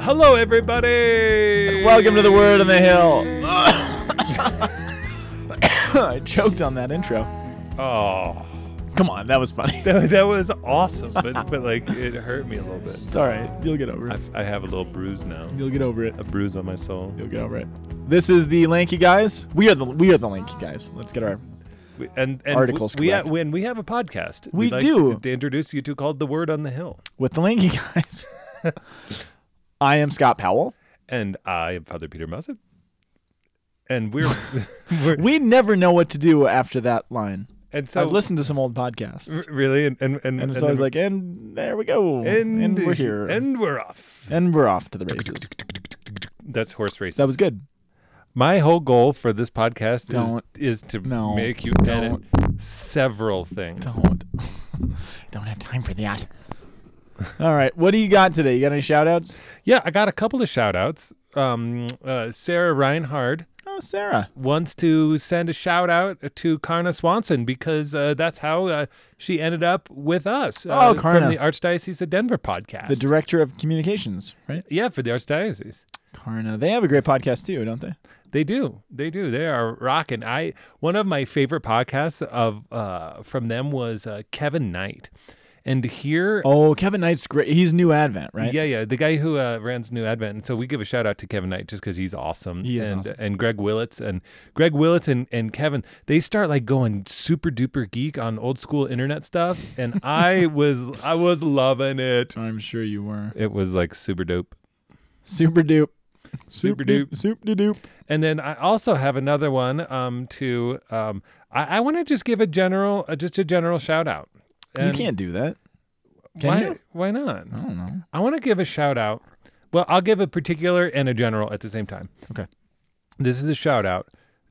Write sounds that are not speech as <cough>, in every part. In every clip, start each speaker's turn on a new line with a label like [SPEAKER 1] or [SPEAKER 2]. [SPEAKER 1] Hello, everybody.
[SPEAKER 2] Welcome to the Word on the Hill. <coughs> I choked on that intro.
[SPEAKER 1] Oh,
[SPEAKER 2] Come on, that was funny.
[SPEAKER 1] that, that was awesome, but but like it hurt me a little bit.
[SPEAKER 2] <laughs> It's all right. You'll get over
[SPEAKER 1] I,
[SPEAKER 2] it.
[SPEAKER 1] I have a little bruise now,
[SPEAKER 2] You'll get over it.
[SPEAKER 1] a bruise on my soul.
[SPEAKER 2] You'll get over it. This is the Lanky Guys. We are the we are the Lanky Guys. Let's get our
[SPEAKER 1] We- And, and
[SPEAKER 2] Articles
[SPEAKER 1] We, we ha-
[SPEAKER 2] correct.
[SPEAKER 1] when we have a podcast,
[SPEAKER 2] We
[SPEAKER 1] we'd like
[SPEAKER 2] do.
[SPEAKER 1] to introduce you to called the Word on the Hill,
[SPEAKER 2] with the Lanky <laughs> Guys. I am Scott Powell.
[SPEAKER 1] and I am Father Peter Mussett, and we're, <laughs> we're
[SPEAKER 2] We never know what to do after that line.
[SPEAKER 1] and
[SPEAKER 2] So,
[SPEAKER 1] so
[SPEAKER 2] I've listened to some old podcasts,
[SPEAKER 1] really and and and,
[SPEAKER 2] and it's
[SPEAKER 1] and
[SPEAKER 2] always
[SPEAKER 1] then-
[SPEAKER 2] like, and there we go,
[SPEAKER 1] and,
[SPEAKER 2] we're here, "Mm, and,
[SPEAKER 1] and we're off.
[SPEAKER 2] we're off to the races.
[SPEAKER 1] That's horse racing.
[SPEAKER 2] That was good.
[SPEAKER 1] My whole goal for this podcast
[SPEAKER 2] Don't.
[SPEAKER 1] is is to
[SPEAKER 2] No.
[SPEAKER 1] make you edit several things.
[SPEAKER 2] Don't. <laughs> Don't have time for that. <laughs> All right. What do you got today? You got any shout outs?
[SPEAKER 1] Yeah, I got a couple of shout outs. Um, uh, Sarah Reinhard
[SPEAKER 2] Oh, Sarah.
[SPEAKER 1] wants to send a shout out to Karna Swanson because uh, that's how uh, she ended up with us uh,
[SPEAKER 2] Oh, Karna.
[SPEAKER 1] from the Archdiocese of Denver podcast.
[SPEAKER 2] The director of communications, right?
[SPEAKER 1] yeah, for the Archdiocese.
[SPEAKER 2] Karna. They have a great podcast too, don't they?
[SPEAKER 1] They do. They do. They are rocking. I one of my favorite podcasts of uh, from them was uh, Kevin Knight. And to hear
[SPEAKER 2] Oh, Kevin Knight's great. He's new Advent, right?
[SPEAKER 1] Yeah, yeah. The guy who uh, runs New Advent. And so we give a shout out to Kevin Knight just because he's awesome.
[SPEAKER 2] He is
[SPEAKER 1] and,
[SPEAKER 2] awesome.
[SPEAKER 1] And Greg Willits and Greg Willits and, and Kevin, they start like going super duper geek on old school internet stuff.
[SPEAKER 2] <laughs>
[SPEAKER 1] And I was I was loving it.
[SPEAKER 2] I'm sure you were.
[SPEAKER 1] It was like super dope.
[SPEAKER 2] Super dupe.
[SPEAKER 1] Super dupe.
[SPEAKER 2] Soup de dupe.
[SPEAKER 1] And then I also have another one um, to um, I, I want to just give a general uh, just a general shout out.
[SPEAKER 2] You
[SPEAKER 1] And
[SPEAKER 2] can't do that. Can
[SPEAKER 1] Why,
[SPEAKER 2] you? Oh.
[SPEAKER 1] why not?
[SPEAKER 2] I don't know.
[SPEAKER 1] I want to give a shout out. Well, I'll give a particular and a general at the same time.
[SPEAKER 2] Okay.
[SPEAKER 1] This is a shout out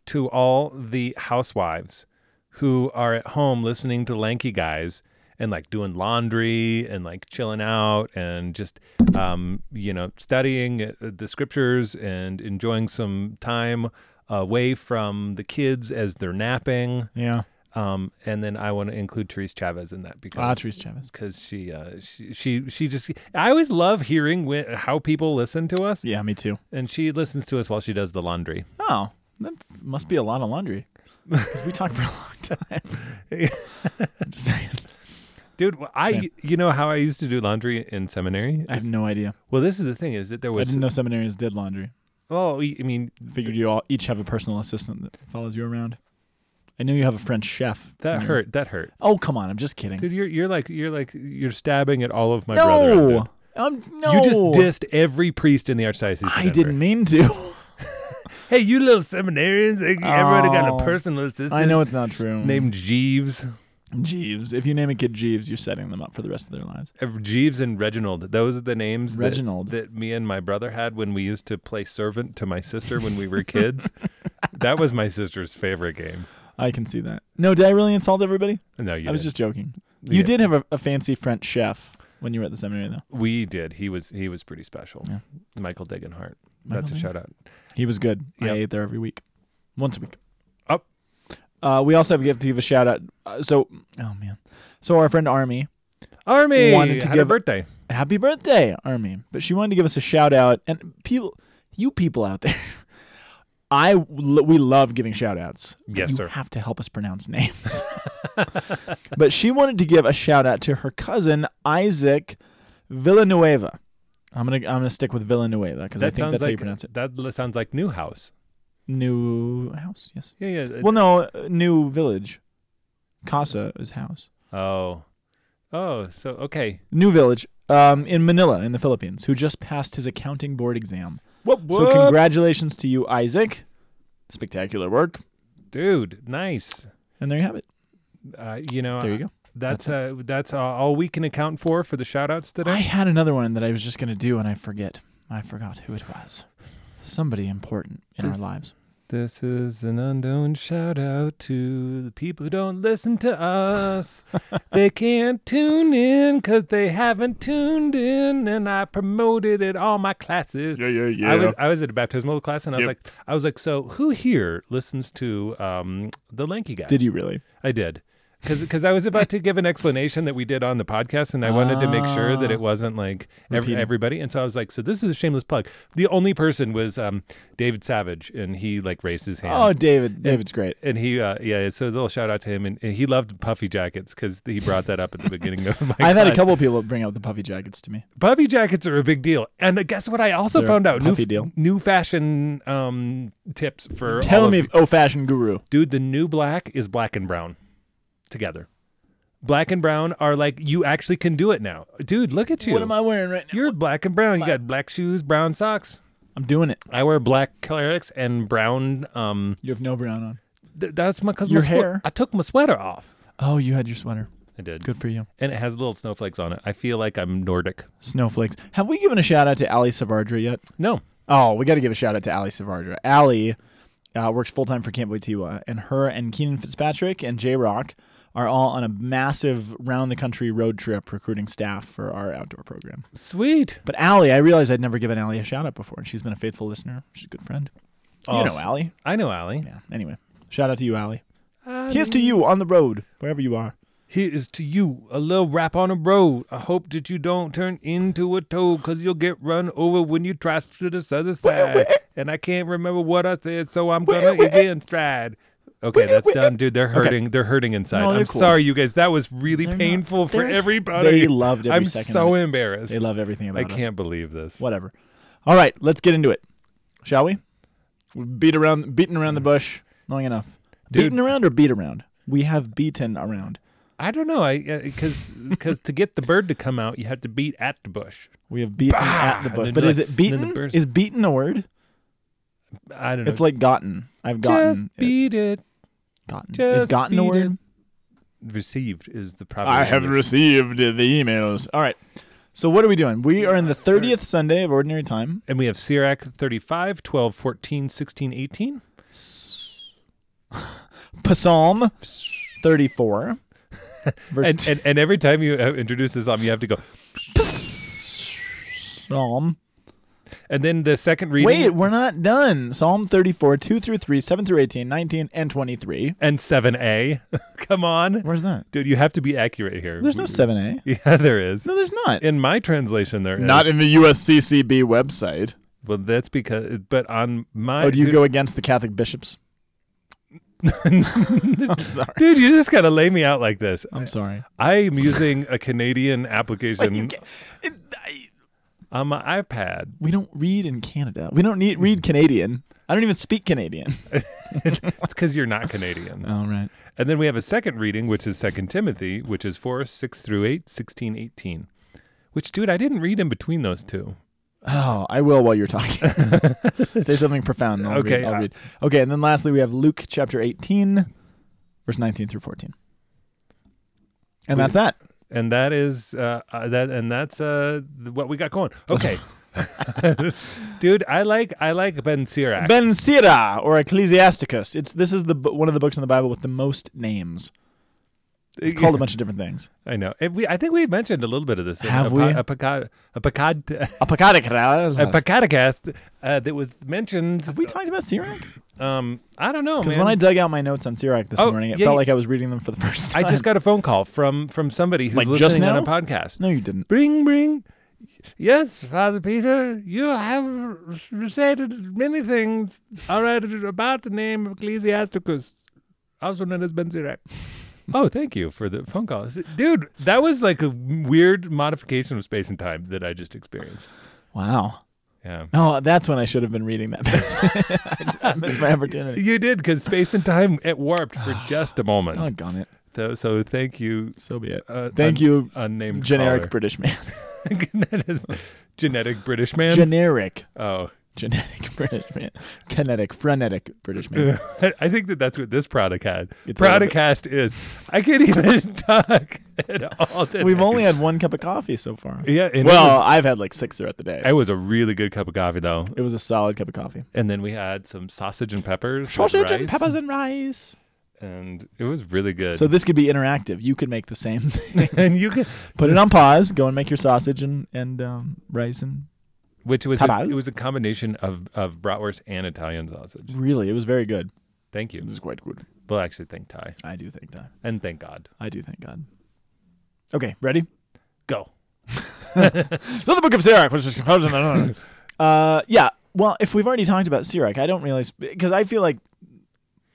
[SPEAKER 1] to all the housewives who are at home listening to lanky guys and like doing laundry and like chilling out and just um, you know studying uh, the scriptures and enjoying some time away from the kids as they're napping.
[SPEAKER 2] Yeah.
[SPEAKER 1] Um, and then I want to include Therese Chavez in that because
[SPEAKER 2] Ah, Therese Chavez.
[SPEAKER 1] because she, uh, she she she just I always love hearing wh- how people listen to us,
[SPEAKER 2] Yeah, me too.
[SPEAKER 1] and she listens to us while she does the laundry.
[SPEAKER 2] Oh, that must be a lot of <laughs> laundry. Because we talked for a long time. <laughs> I'm just saying.
[SPEAKER 1] Dude, wh- I
[SPEAKER 2] Same.
[SPEAKER 1] you know how I used to do laundry in seminary.
[SPEAKER 2] I have no idea.
[SPEAKER 1] Well, this is the thing is that there
[SPEAKER 2] I
[SPEAKER 1] was
[SPEAKER 2] didn't know seminarians did laundry.
[SPEAKER 1] oh I mean
[SPEAKER 2] Figured you all each have a personal assistant that follows you around. I know you have a French chef.
[SPEAKER 1] that
[SPEAKER 2] Mm.
[SPEAKER 1] hurt that hurt.
[SPEAKER 2] Oh come on! I'm just kidding.
[SPEAKER 1] Dude, you're you're like you're like you're stabbing at all of my brethren,
[SPEAKER 2] no,
[SPEAKER 1] dude.
[SPEAKER 2] I'm no.
[SPEAKER 1] You just dissed every priest in the archdiocese. of
[SPEAKER 2] I
[SPEAKER 1] Denver.
[SPEAKER 2] didn't mean to.
[SPEAKER 1] Hey, you little seminarians! like, Everybody got
[SPEAKER 2] Oh.
[SPEAKER 1] a personal assistant.
[SPEAKER 2] <laughs> I know it's not true.
[SPEAKER 1] named Jeeves.
[SPEAKER 2] Jeeves. If you name a kid Jeeves, you're setting them up for the rest of their lives.
[SPEAKER 1] Uh, Jeeves and Reginald. Those are the names that-
[SPEAKER 2] Reginald.
[SPEAKER 1] That, me and my brother had when we used to play servant to my sister when we were
[SPEAKER 2] <laughs>
[SPEAKER 1] kids. that was my sister's favorite game.
[SPEAKER 2] I can see that. No, did I really insult everybody?
[SPEAKER 1] No, you
[SPEAKER 2] I was
[SPEAKER 1] didn't.
[SPEAKER 2] just joking. You
[SPEAKER 1] Yeah.
[SPEAKER 2] did have a, a fancy French chef when you were at the seminary, though.
[SPEAKER 1] we did. He was he was pretty special.
[SPEAKER 2] Yeah.
[SPEAKER 1] Michael Degenhart.
[SPEAKER 2] Michael
[SPEAKER 1] That's a
[SPEAKER 2] Degenhart.
[SPEAKER 1] shout out.
[SPEAKER 2] He was good.
[SPEAKER 1] Yep.
[SPEAKER 2] I ate there every week, once a week.
[SPEAKER 1] Up.
[SPEAKER 2] Uh, we also have to give a shout out. Uh, so, oh man, so our friend Army,
[SPEAKER 1] Army
[SPEAKER 2] Wanted to
[SPEAKER 1] had a
[SPEAKER 2] give-
[SPEAKER 1] birthday.
[SPEAKER 2] happy birthday, Army. But she wanted to give us a shout out. And people, you people out there, <laughs> I we love giving shout outs.
[SPEAKER 1] Yes,
[SPEAKER 2] you
[SPEAKER 1] sir.
[SPEAKER 2] have to help us pronounce names. <laughs> but she wanted to give a shout out to her cousin Isaac Villanueva. I'm gonna I'm gonna stick with Villanueva because I
[SPEAKER 1] That
[SPEAKER 2] think
[SPEAKER 1] sounds
[SPEAKER 2] that's how you
[SPEAKER 1] like
[SPEAKER 2] pronounce it.
[SPEAKER 1] that li- sounds like new house.
[SPEAKER 2] New house, yes.
[SPEAKER 1] Yeah, yeah.
[SPEAKER 2] Well, no, uh, new village. Casa is house.
[SPEAKER 1] oh, oh. So okay.
[SPEAKER 2] New village um, in Manila in the Philippines, who just passed his accounting board exam.
[SPEAKER 1] What?
[SPEAKER 2] So congratulations to you, Isaac. Spectacular work.
[SPEAKER 1] dude? Nice.
[SPEAKER 2] And there you have it.
[SPEAKER 1] Uh, you know.
[SPEAKER 2] There you go.
[SPEAKER 1] That's uh, that's uh, all we can account for for the shout outs today.
[SPEAKER 2] Uh, I had another one that I was just going to do and I forget. I forgot who it was. Somebody important in our
[SPEAKER 1] This-
[SPEAKER 2] lives.
[SPEAKER 1] This is an unknown shout out to the people who don't listen to
[SPEAKER 2] <laughs>
[SPEAKER 1] us. they can't tune in because they haven't tuned in, and I promoted it all my classes.
[SPEAKER 2] yeah, yeah.
[SPEAKER 1] I was I was at a baptismal class, and I was
[SPEAKER 2] Yep.
[SPEAKER 1] like, I was like, so who here listens to um the lanky guys?
[SPEAKER 2] Did you really?
[SPEAKER 1] I did. because I was about to give an explanation that we did on the podcast, and I wanted to make sure that
[SPEAKER 2] Ah.
[SPEAKER 1] it wasn't like ev-
[SPEAKER 2] Repeating.
[SPEAKER 1] everybody. And so I was like, so this is a shameless plug. The only person was um, David Savage, and he like raised his hand.
[SPEAKER 2] Oh, David. David's great.
[SPEAKER 1] And he, uh, yeah, so a little shout out to him. And, and he loved puffy jackets because he brought that up at the beginning of my.
[SPEAKER 2] <laughs> I've had a
[SPEAKER 1] con-
[SPEAKER 2] couple of people bring up the puffy jackets to me.
[SPEAKER 1] puffy jackets are a big deal. And uh, guess what? I also
[SPEAKER 2] They're a
[SPEAKER 1] found out new
[SPEAKER 2] puffy deal.
[SPEAKER 1] new fashion um, tips for all
[SPEAKER 2] Tell
[SPEAKER 1] of
[SPEAKER 2] me,
[SPEAKER 1] you.
[SPEAKER 2] oh, fashion guru.
[SPEAKER 1] dude. The new black is black and brown together. Black and brown are like you actually can do it now, dude. Look at you.
[SPEAKER 2] What am I wearing right now?
[SPEAKER 1] You're black and brown. You got black shoes, brown socks.
[SPEAKER 2] I'm doing it.
[SPEAKER 1] I wear black clerics and brown. Um,
[SPEAKER 2] You have no brown on.
[SPEAKER 1] th- that's my cause
[SPEAKER 2] Your
[SPEAKER 1] my swe-
[SPEAKER 2] hair.
[SPEAKER 1] I took my sweater off.
[SPEAKER 2] Oh, you had your sweater.
[SPEAKER 1] I did.
[SPEAKER 2] Good for you.
[SPEAKER 1] and it has little snowflakes on it. I feel like I'm Nordic.
[SPEAKER 2] Snowflakes. Have we given a shout out to Ali Savardra yet?
[SPEAKER 1] No,
[SPEAKER 2] Oh, we got to give a shout out to Ali Savardra. Ali uh, works full time for Camp Voitiwa, and her and Keenan Fitzpatrick and J Rock are all on a massive round the country road trip recruiting staff for our outdoor program.
[SPEAKER 1] sweet.
[SPEAKER 2] But Allie, I realized I'd never given Allie a shout out before, and she's been a faithful listener. She's a good friend. You know
[SPEAKER 1] Awesome.
[SPEAKER 2] Allie.
[SPEAKER 1] I know Allie.
[SPEAKER 2] Yeah. Anyway, shout out to you, Allie.
[SPEAKER 1] Um,
[SPEAKER 2] Here's to you on the road, wherever you are.
[SPEAKER 1] Here is to you a little rap on a road. I hope that you don't turn into a toad, cause you'll get run over when you try to this other side. And I can't remember what I said, so I'm gonna again stride. Okay, that's done, dude. They're hurting. They're hurting inside.
[SPEAKER 2] No, they're
[SPEAKER 1] I'm
[SPEAKER 2] cool.
[SPEAKER 1] sorry, you guys. That was really
[SPEAKER 2] They're not-
[SPEAKER 1] painful for
[SPEAKER 2] they're-
[SPEAKER 1] everybody.
[SPEAKER 2] they loved every
[SPEAKER 1] I'm
[SPEAKER 2] second
[SPEAKER 1] so
[SPEAKER 2] of
[SPEAKER 1] embarrassed.
[SPEAKER 2] They love everything about
[SPEAKER 1] I
[SPEAKER 2] us.
[SPEAKER 1] can't believe this.
[SPEAKER 2] Whatever. All right, let's get into it, shall we? we beat around, beaten around the bush long enough.
[SPEAKER 1] Mm. Dude.
[SPEAKER 2] Beaten around or beat around? We have beaten around.
[SPEAKER 1] I don't know. I because because to get the bird to come out, you have to beat at the bush.
[SPEAKER 2] We have beaten
[SPEAKER 1] Bah!
[SPEAKER 2] at the
[SPEAKER 1] And
[SPEAKER 2] bush.
[SPEAKER 1] then
[SPEAKER 2] But
[SPEAKER 1] like-
[SPEAKER 2] is it
[SPEAKER 1] and then the
[SPEAKER 2] beaten?
[SPEAKER 1] birds-
[SPEAKER 2] Is beaten a word?
[SPEAKER 1] I don't know.
[SPEAKER 2] It's like gotten. I've gotten.
[SPEAKER 1] just
[SPEAKER 2] it.
[SPEAKER 1] beat it.
[SPEAKER 2] gotten. is
[SPEAKER 1] just
[SPEAKER 2] gotten a
[SPEAKER 1] beat
[SPEAKER 2] word?
[SPEAKER 1] it. Received is the proper.
[SPEAKER 2] I have
[SPEAKER 1] English.
[SPEAKER 2] received the emails. All right. So what are we doing? We are in the 30th Sunday of Ordinary Time. <laughs>
[SPEAKER 1] and we have Sirach 35, 12, 14, 16, 18.
[SPEAKER 2] Psalm 34. Verse
[SPEAKER 1] <laughs> And,
[SPEAKER 2] two.
[SPEAKER 1] and and every time you uh, introduce this psalm, you have to go. <laughs>
[SPEAKER 2] Psalm.
[SPEAKER 1] And then the second reading
[SPEAKER 2] Wait, we're not done. Psalm 34, 2 through 3, 7 through 18, 19, and 23.
[SPEAKER 1] and seven A. <laughs> Come on,
[SPEAKER 2] Where's that?
[SPEAKER 1] dude. You have to be accurate here. Mm.
[SPEAKER 2] There's no 7a.
[SPEAKER 1] <laughs> Yeah, there is.
[SPEAKER 2] No, there's not.
[SPEAKER 1] In my translation, there is.
[SPEAKER 2] in the USCCB website.
[SPEAKER 1] well, that's because. But on my.
[SPEAKER 2] Oh, do you
[SPEAKER 1] dude-
[SPEAKER 2] go against the Catholic bishops? <laughs> I'm sorry.
[SPEAKER 1] Dude, you just gotta lay me out like this.
[SPEAKER 2] I'm sorry.
[SPEAKER 1] I'm using a Canadian
[SPEAKER 2] <laughs>
[SPEAKER 1] application
[SPEAKER 2] It, I,
[SPEAKER 1] on my iPad.
[SPEAKER 2] we don't read in Canada. We don't need read Canadian. I don't even speak Canadian.
[SPEAKER 1] It's because you're not Canadian.
[SPEAKER 2] All right.
[SPEAKER 1] And then we have a second reading, which is Second Timothy, which is 4, 6 through 8, 16, 18. Which, dude, I didn't read in between those two.
[SPEAKER 2] Oh, I will while you're
[SPEAKER 1] <laughs>
[SPEAKER 2] talking. <laughs> Say something profound. and I'll
[SPEAKER 1] Okay,
[SPEAKER 2] Read, I'll
[SPEAKER 1] uh,
[SPEAKER 2] read. Okay, and then lastly we have Luke chapter 18, verse 19 through 14. And that's that.
[SPEAKER 1] And that is uh, uh, that, and that's uh, th- what we got going. Okay, <laughs> dude, I like I like Ben Sirach.
[SPEAKER 2] Ben Sira or Ecclesiasticus. It's this is the bu- one of the books in the Bible with the most names. It's called a bunch of different things.
[SPEAKER 1] <laughs> I know. And we, I think we mentioned a little bit of this. in
[SPEAKER 2] Have
[SPEAKER 1] a,
[SPEAKER 2] we?
[SPEAKER 1] po- A, pocad, a, pocad, a
[SPEAKER 2] Apocadicra.
[SPEAKER 1] podcast uh, that was mentioned.
[SPEAKER 2] Have we talked about Sirach?
[SPEAKER 1] Um, I don't know,
[SPEAKER 2] Because
[SPEAKER 1] man.
[SPEAKER 2] when I dug out my notes on Sirach this
[SPEAKER 1] Oh,
[SPEAKER 2] morning, it
[SPEAKER 1] yeah,
[SPEAKER 2] felt
[SPEAKER 1] you-
[SPEAKER 2] like I was reading them for the
[SPEAKER 1] <laughs>
[SPEAKER 2] first
[SPEAKER 1] I
[SPEAKER 2] time.
[SPEAKER 1] just got a phone call from from somebody who's
[SPEAKER 2] Like, just
[SPEAKER 1] listening on a
[SPEAKER 2] now?
[SPEAKER 1] podcast.
[SPEAKER 2] no, you didn't.
[SPEAKER 1] Bring, bring. Yes, Father Peter, you have recited many things already about the name of Ecclesiasticus, also known as Ben Sirach. <laughs> Oh, thank you for the phone call. Is it- Dude, that was like a weird modification of space and time that I just experienced.
[SPEAKER 2] Wow.
[SPEAKER 1] Yeah.
[SPEAKER 2] Oh, that's when I should have been reading that passage. <laughs> I, I missed
[SPEAKER 1] <laughs>
[SPEAKER 2] my opportunity.
[SPEAKER 1] You did, because space and time, it warped <sighs> for just a moment.
[SPEAKER 2] Oh, gone it.
[SPEAKER 1] So, so thank you.
[SPEAKER 2] So be it.
[SPEAKER 1] Uh,
[SPEAKER 2] Thank
[SPEAKER 1] un-
[SPEAKER 2] you,
[SPEAKER 1] Unnamed
[SPEAKER 2] generic
[SPEAKER 1] caller. <laughs>
[SPEAKER 2] British man.
[SPEAKER 1] That is genetic British man.
[SPEAKER 2] generic,
[SPEAKER 1] oh,
[SPEAKER 2] genetic <laughs> British man. Kinetic, frenetic British man.
[SPEAKER 1] <laughs> I think that that's what this product had.
[SPEAKER 2] It's a little bit-
[SPEAKER 1] Productcast is. I can't even <laughs> talk at all. Today.
[SPEAKER 2] We've only had one cup of coffee so far.
[SPEAKER 1] <laughs> yeah. And
[SPEAKER 2] well,
[SPEAKER 1] well, it was,
[SPEAKER 2] I've had like six throughout the day.
[SPEAKER 1] it was a really good cup of coffee though.
[SPEAKER 2] it was a solid cup of coffee.
[SPEAKER 1] And then we had some sausage and peppers. with
[SPEAKER 2] Sausage and
[SPEAKER 1] rice,
[SPEAKER 2] peppers and rice.
[SPEAKER 1] and it was really good.
[SPEAKER 2] So this could be interactive. You could make the same thing.
[SPEAKER 1] <laughs>
[SPEAKER 2] <laughs>
[SPEAKER 1] and you can,
[SPEAKER 2] Put it on pause. Go and make your sausage and and um, rice and
[SPEAKER 1] <laughs> which was a,
[SPEAKER 2] Tapas?
[SPEAKER 1] it was a combination of of bratwurst and Italian sausage.
[SPEAKER 2] really, it was very good.
[SPEAKER 1] Thank you.
[SPEAKER 2] is quite good.
[SPEAKER 1] Well, I actually, thank Ty
[SPEAKER 2] I do thank God.
[SPEAKER 1] and thank God.
[SPEAKER 2] I do thank God. Okay, ready?
[SPEAKER 1] <laughs> Go.
[SPEAKER 2] So the book of Sirach was just composed in the- uh, yeah. Well, if we've already talked about Sirach, I don't really because I feel like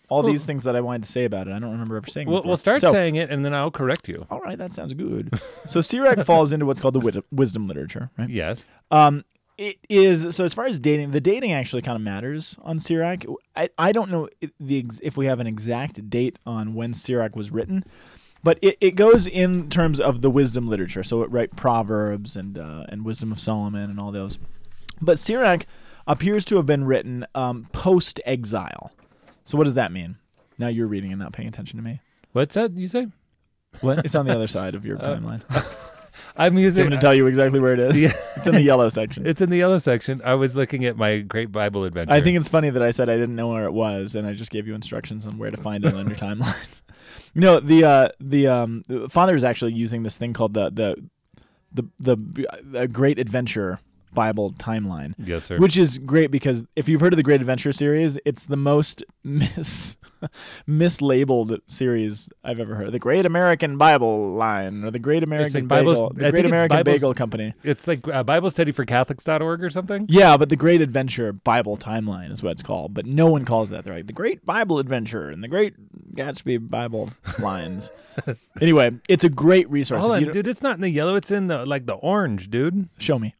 [SPEAKER 2] all these things that I wanted to say about it, I don't remember ever saying.
[SPEAKER 1] <laughs>
[SPEAKER 2] them
[SPEAKER 1] We'll,
[SPEAKER 2] before.
[SPEAKER 1] we'll start
[SPEAKER 2] So-
[SPEAKER 1] saying it, and then I'll correct you.
[SPEAKER 2] All right, that sounds good. so Sirach falls into what's called the wit- wisdom literature, right?
[SPEAKER 1] Yes.
[SPEAKER 2] Um, it is so as far as dating, the dating actually kind of matters on Sirach. I, I don't know i- the ex- if we have an exact date on when Sirach was written, but it, it goes in terms of the wisdom literature. So it right Proverbs and uh, and Wisdom of Solomon and all those. But Sirach appears to have been written um, post exile. So what does that mean? Now you're reading and not paying attention to me.
[SPEAKER 1] What's that you say?
[SPEAKER 2] What? It's on the other side of your timeline.
[SPEAKER 1] I'm
[SPEAKER 2] I'm
[SPEAKER 1] using.
[SPEAKER 2] going to tell you exactly where it is.
[SPEAKER 1] Yeah.
[SPEAKER 2] It's in the yellow section.
[SPEAKER 1] it's in the yellow section. I was looking at my Great Bible Adventure.
[SPEAKER 2] I think it's funny that I said I didn't know where it was, and I just gave you instructions on where to find it
[SPEAKER 1] <laughs>
[SPEAKER 2] on your timelines. <laughs> No, the uh, the um, the father is actually using this thing called the the the the uh, Great Adventure Bible timeline,
[SPEAKER 1] yes, sir.
[SPEAKER 2] which is great because if you've heard of the Great Adventure series, it's the most <laughs> mis mislabeled series I've ever heard. The Great American Bible Line or the Great American
[SPEAKER 1] Bibles- I
[SPEAKER 2] Bagel, the Great
[SPEAKER 1] think it's
[SPEAKER 2] American
[SPEAKER 1] Bibles-
[SPEAKER 2] Bagel Company.
[SPEAKER 1] It's like uh, Bible study for Catholics.org or something.
[SPEAKER 2] Yeah, but the Great Adventure Bible Timeline is what it's called. But no one calls that. They're like the Great Bible Adventure and the Great Gatsby Bible Lines.
[SPEAKER 1] <laughs>
[SPEAKER 2] anyway, it's a great resource.
[SPEAKER 1] Hold
[SPEAKER 2] If
[SPEAKER 1] on,
[SPEAKER 2] you don't-
[SPEAKER 1] dude. It's not in the yellow. It's in the like the orange, dude.
[SPEAKER 2] Show me.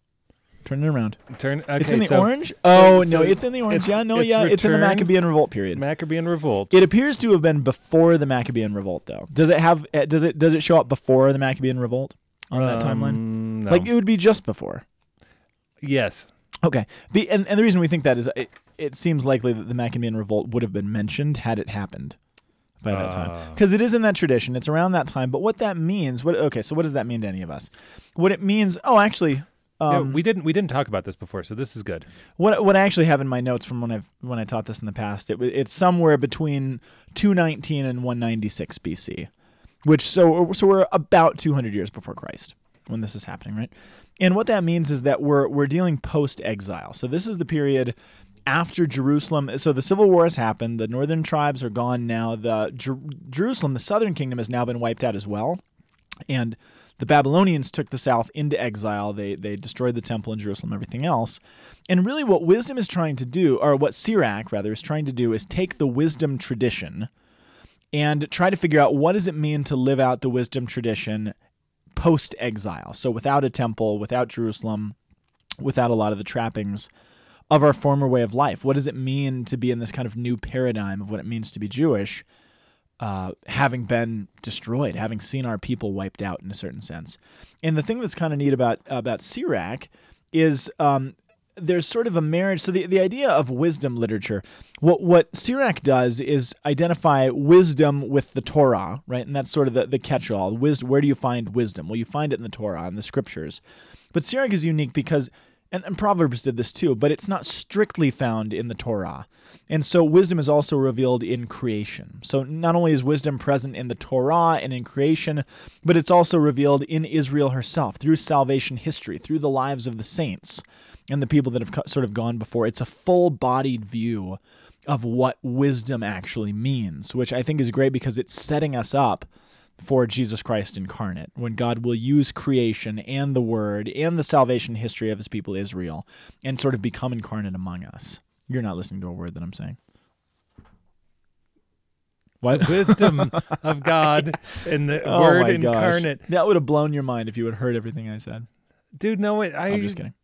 [SPEAKER 2] Turn it around.
[SPEAKER 1] Turn. Okay,
[SPEAKER 2] it's in the
[SPEAKER 1] so
[SPEAKER 2] orange. Oh
[SPEAKER 1] so
[SPEAKER 2] no, it's in the orange.
[SPEAKER 1] it's-
[SPEAKER 2] yeah, no,
[SPEAKER 1] it's
[SPEAKER 2] yeah, it's in the
[SPEAKER 1] return-
[SPEAKER 2] Maccabean Revolt period.
[SPEAKER 1] Maccabean revolt.
[SPEAKER 2] it appears to have been before the Maccabean Revolt, though. Does it have? eh, Does it? Does it show up before the Maccabean Revolt on that timeline?
[SPEAKER 1] Um, no.
[SPEAKER 2] Like it would be just before.
[SPEAKER 1] yes.
[SPEAKER 2] Okay. Be, and, and the reason we think that is it, it seems likely that the Maccabean Revolt would have been mentioned had it happened by that time.
[SPEAKER 1] Ah.
[SPEAKER 2] Because it is in that tradition, it's around that time. But what that means, what okay, so what does that mean to any of us? What it means, oh, actually,
[SPEAKER 1] Yeah,
[SPEAKER 2] um,
[SPEAKER 1] we didn't. We didn't talk about this before, so this is good.
[SPEAKER 2] what what I actually have in my notes from when I've when I taught this in the past, it wa- it's somewhere between 219 and 196 BC, which so so we're about 200 years before Christ when this is happening, right? And what that means is that we're we're dealing post exile. So this is the period after Jerusalem. So the civil war has happened. The northern tribes are gone now. The Jer- Jerusalem, the southern kingdom, has now been wiped out as well and the Babylonians took the south into exile. They they destroyed the temple in Jerusalem, everything else. And really, what wisdom is trying to do, or what Sirach rather is trying to do, is take the wisdom tradition and try to figure out what does it mean to live out the wisdom tradition post exile. So without a temple, without Jerusalem, without a lot of the trappings of our former way of life. What does it mean to be in this kind of new paradigm of what it means to be Jewish? uh, having been destroyed, having seen our people wiped out in a certain sense. And the thing that's kind of neat about about Sirach is um, there's sort of a marriage. So the, the idea of wisdom literature, what what Sirach does is identify wisdom with the Torah, right? And that's sort of the, the catch-all. Wis- where do you find wisdom? Well, you find it in the Torah and the scriptures. But Sirach is unique because and, and Proverbs did this too, but it's not strictly found in the Torah. And so wisdom is also revealed in creation. So not only is wisdom present in the Torah and in creation, but it's also revealed in Israel herself through salvation history, through the lives of the saints and the people that have co- sort of gone before. It's a full bodied view of what wisdom actually means, which I think is great because it's setting us up for Jesus Christ incarnate, when God will use creation and the word and the salvation history of his people Israel and sort of become incarnate among us. You're not listening to a word that I'm saying.
[SPEAKER 1] The <laughs> wisdom of God and the
[SPEAKER 2] <laughs> Oh
[SPEAKER 1] Word
[SPEAKER 2] my gosh.
[SPEAKER 1] incarnate,
[SPEAKER 2] That would have blown your mind if you had heard everything I said.
[SPEAKER 1] dude. No, wait. I,
[SPEAKER 2] I'm just kidding.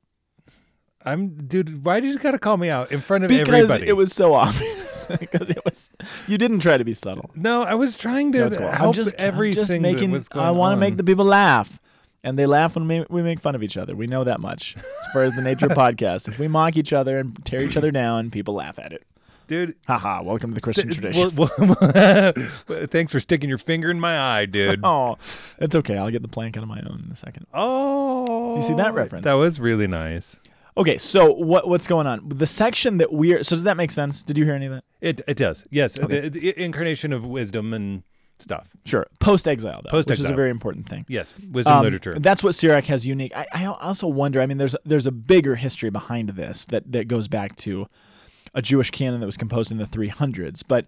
[SPEAKER 1] I'm, dude. Why did you gotta call me out in front of
[SPEAKER 2] Because
[SPEAKER 1] everybody?
[SPEAKER 2] it was so <laughs> obvious. because it was you didn't try to be subtle.
[SPEAKER 1] no, I was trying to
[SPEAKER 2] That's cool.
[SPEAKER 1] help
[SPEAKER 2] I'm just I'm
[SPEAKER 1] everything
[SPEAKER 2] just making
[SPEAKER 1] that was going
[SPEAKER 2] I want to
[SPEAKER 1] on.
[SPEAKER 2] make the people laugh. And they laugh when we, we make fun of each other. We know that much. As far as the nature of podcasts, if we mock each other and tear each other down, people laugh at it.
[SPEAKER 1] dude.
[SPEAKER 2] Haha, welcome to the Christian
[SPEAKER 1] th-
[SPEAKER 2] tradition.
[SPEAKER 1] well- well, <laughs> thanks for sticking your finger in my eye,
[SPEAKER 2] <laughs>
[SPEAKER 1] dude.
[SPEAKER 2] oh, it's okay. I'll get the plank out of my own in a second.
[SPEAKER 1] Oh,
[SPEAKER 2] you see that reference?
[SPEAKER 1] That was really nice.
[SPEAKER 2] Okay, so what what's going on? The section that we're so does that make sense? Did you hear any of that?
[SPEAKER 1] It it does. Yes, the, the incarnation of wisdom and stuff.
[SPEAKER 2] Sure. Post exile though, which is a
[SPEAKER 1] Post-exile.
[SPEAKER 2] very important thing.
[SPEAKER 1] Yes, wisdom
[SPEAKER 2] Um,
[SPEAKER 1] literature.
[SPEAKER 2] That's what Sirach has unique. I, I also wonder. I mean, there's there's a bigger history behind this that that goes back to a Jewish canon that was composed in the 300s. But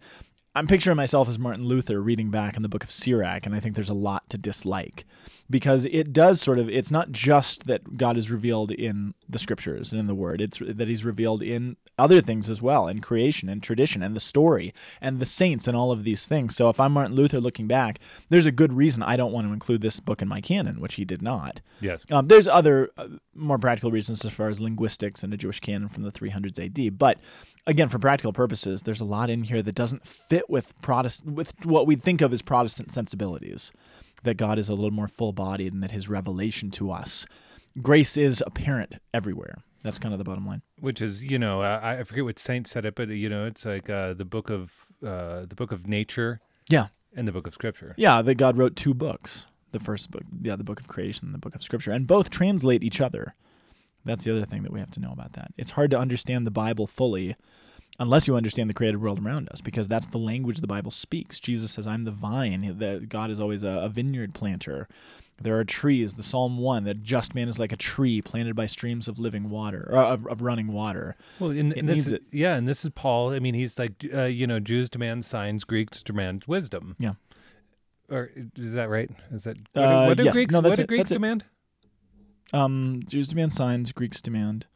[SPEAKER 2] I'm picturing myself as Martin Luther reading back in the book of Sirach, and I think there's a lot to dislike because it does sort of, it's not just that God is revealed in the scriptures and in the word, it's that he's revealed in other things as well, in creation and tradition and the story and the saints and all of these things. So if I'm Martin Luther looking back, there's a good reason I don't want to include this book in my canon, which he did not.
[SPEAKER 1] Yes.
[SPEAKER 2] Um, there's other uh, more practical reasons as far as linguistics and a Jewish canon from the 300s AD, but again, for practical purposes, there's a lot in here that doesn't fit with Protestant with what we think of as Protestant sensibilities. That God is a little more full-bodied and that His revelation to us, grace is apparent everywhere. That's kind of the bottom line.
[SPEAKER 1] Which is, you know, I, I forget what saint said it, but you know, it's like uh, the book of uh, the book of nature
[SPEAKER 2] Yeah,
[SPEAKER 1] and the book of scripture.
[SPEAKER 2] yeah. That God wrote two books: the first book, yeah, the book of creation, and the book of Scripture, and both translate each other. That's the other thing that we have to know about that. It's hard to understand the Bible fully unless you understand the created world around us, because that's the language the Bible speaks. Jesus says, I'm the vine, that God is always a, a vineyard planter. There are trees, the Psalm 1, that just man is like a tree planted by streams of living water, or of, of running water.
[SPEAKER 1] Well, and, and
[SPEAKER 2] needs
[SPEAKER 1] this,
[SPEAKER 2] it.
[SPEAKER 1] yeah, and this is Paul. I mean, he's like, uh, you know, Jews demand signs, Greeks demand wisdom.
[SPEAKER 2] Yeah.
[SPEAKER 1] Or is that right? Is that what,
[SPEAKER 2] Uh,
[SPEAKER 1] do- what do
[SPEAKER 2] yes.
[SPEAKER 1] Greeks?
[SPEAKER 2] No, that's
[SPEAKER 1] what do
[SPEAKER 2] it.
[SPEAKER 1] Greeks
[SPEAKER 2] That's it.
[SPEAKER 1] demand?
[SPEAKER 2] Um, Jews demand signs, Greeks demand.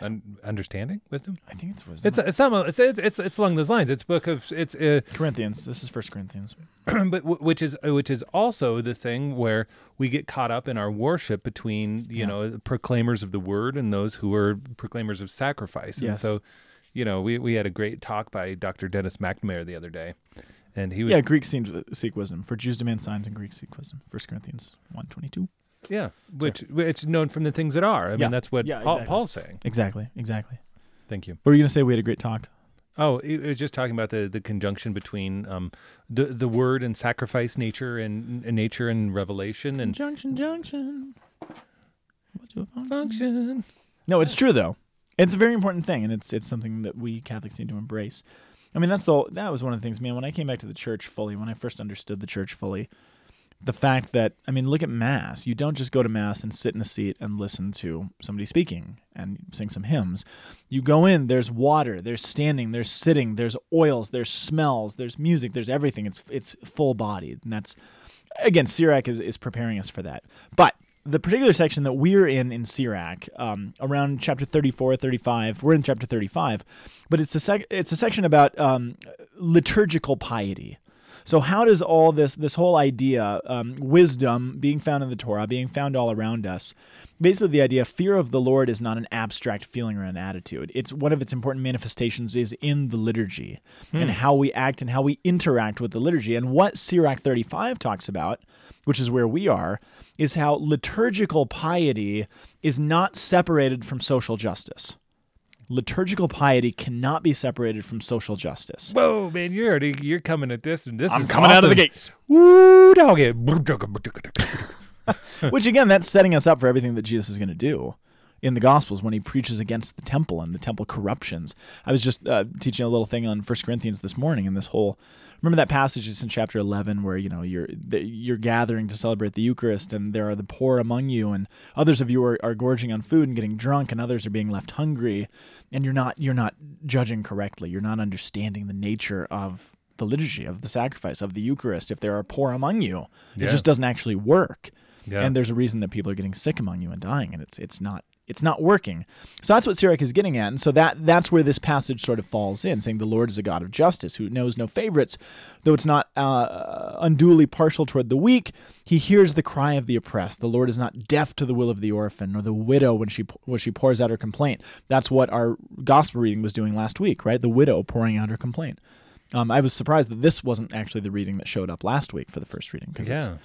[SPEAKER 1] Un- understanding, wisdom.
[SPEAKER 2] I think it's wisdom.
[SPEAKER 1] It's it's, some, it's it's it's it's along those lines. It's book of it's uh, <clears throat>
[SPEAKER 2] Corinthians. This is First Corinthians.
[SPEAKER 1] but wh- which is which is also the thing where we get caught up in our worship between you
[SPEAKER 2] Yeah.
[SPEAKER 1] know proclaimers of the word and those who are proclaimers of sacrifice and
[SPEAKER 2] Yes.
[SPEAKER 1] so you know we, we had a great talk by dr dennis mcnamara the other day and he was
[SPEAKER 2] Yeah, Greeks seem, seek wisdom. For Jews demand signs, and Greeks seek wisdom. First Corinthians 122.
[SPEAKER 1] yeah which it's known from the things that are i
[SPEAKER 2] Yeah.
[SPEAKER 1] mean that's what
[SPEAKER 2] Yeah,
[SPEAKER 1] Paul,
[SPEAKER 2] exactly.
[SPEAKER 1] paul's saying
[SPEAKER 2] Exactly, exactly.
[SPEAKER 1] thank you
[SPEAKER 2] What were you going to say? We had a great talk.
[SPEAKER 1] oh it, it was just talking about the, the conjunction between um, the, the word and sacrifice nature and, and nature and revelation and
[SPEAKER 2] Junction, junction. What's your phone?
[SPEAKER 1] function
[SPEAKER 2] No, it's true though. It's a very important thing, and it's it's something that we Catholics need to embrace. I mean, that's the that was one of the things, man. When I came back to the church fully, when I first understood the church fully, the fact that I mean, look at mass. You don't just go to mass and sit in a seat and listen to somebody speaking and sing some hymns. You go in. There's water. There's standing. There's sitting. There's oils. There's smells. There's music. There's everything. It's it's full bodied, and that's again, Sirach is, is preparing us for that. But the particular section that we're in in Sirach, um, around chapter 34, 35, we're in chapter 35, but it's a, sec- it's a section about um, liturgical piety. So how does all this this whole idea, um, wisdom being found in the Torah, being found all around us, basically the idea fear of the Lord is not an abstract feeling or an attitude. It's one of its important manifestations is in the liturgy and how we act and how we interact with the liturgy. And what Sirach 35 talks about, which is where we are, is how liturgical piety is not separated from social justice. Liturgical piety cannot be separated from social justice.
[SPEAKER 1] Whoa, man, you're already you're coming at this, and this
[SPEAKER 2] I'm
[SPEAKER 1] is
[SPEAKER 2] coming out of the
[SPEAKER 1] awesome.
[SPEAKER 2] gates.
[SPEAKER 1] Woo, doggy.
[SPEAKER 2] Which again, that's setting us up for everything that Jesus is going to do in the Gospels when he preaches against the temple and the temple corruptions. I was just uh, teaching a little thing on First Corinthians this morning, and this whole remember that passage is in chapter eleven where you know you're the, you're gathering to celebrate the Eucharist, and there are the poor among you, and others of you are, are gorging on food and getting drunk, and others are being left hungry, and you're not you're not judging correctly, you're not understanding the nature of the liturgy of the sacrifice of the Eucharist. If there are poor among you,
[SPEAKER 1] Yeah.
[SPEAKER 2] it just doesn't actually work
[SPEAKER 1] Yeah.
[SPEAKER 2] and there's a reason that people are getting sick among you and dying and it's it's not it's not working so that's what sirach is getting at and so that that's where this passage sort of falls in saying the lord is a god of justice who knows no favorites though it's not uh, unduly partial toward the weak he hears the cry of the oppressed the lord is not deaf to the will of the orphan or the widow when she when she pours out her complaint that's what our gospel reading was doing last week right the widow pouring out her complaint um, I was surprised that this wasn't actually the reading that showed up last week for the first reading because
[SPEAKER 1] yeah.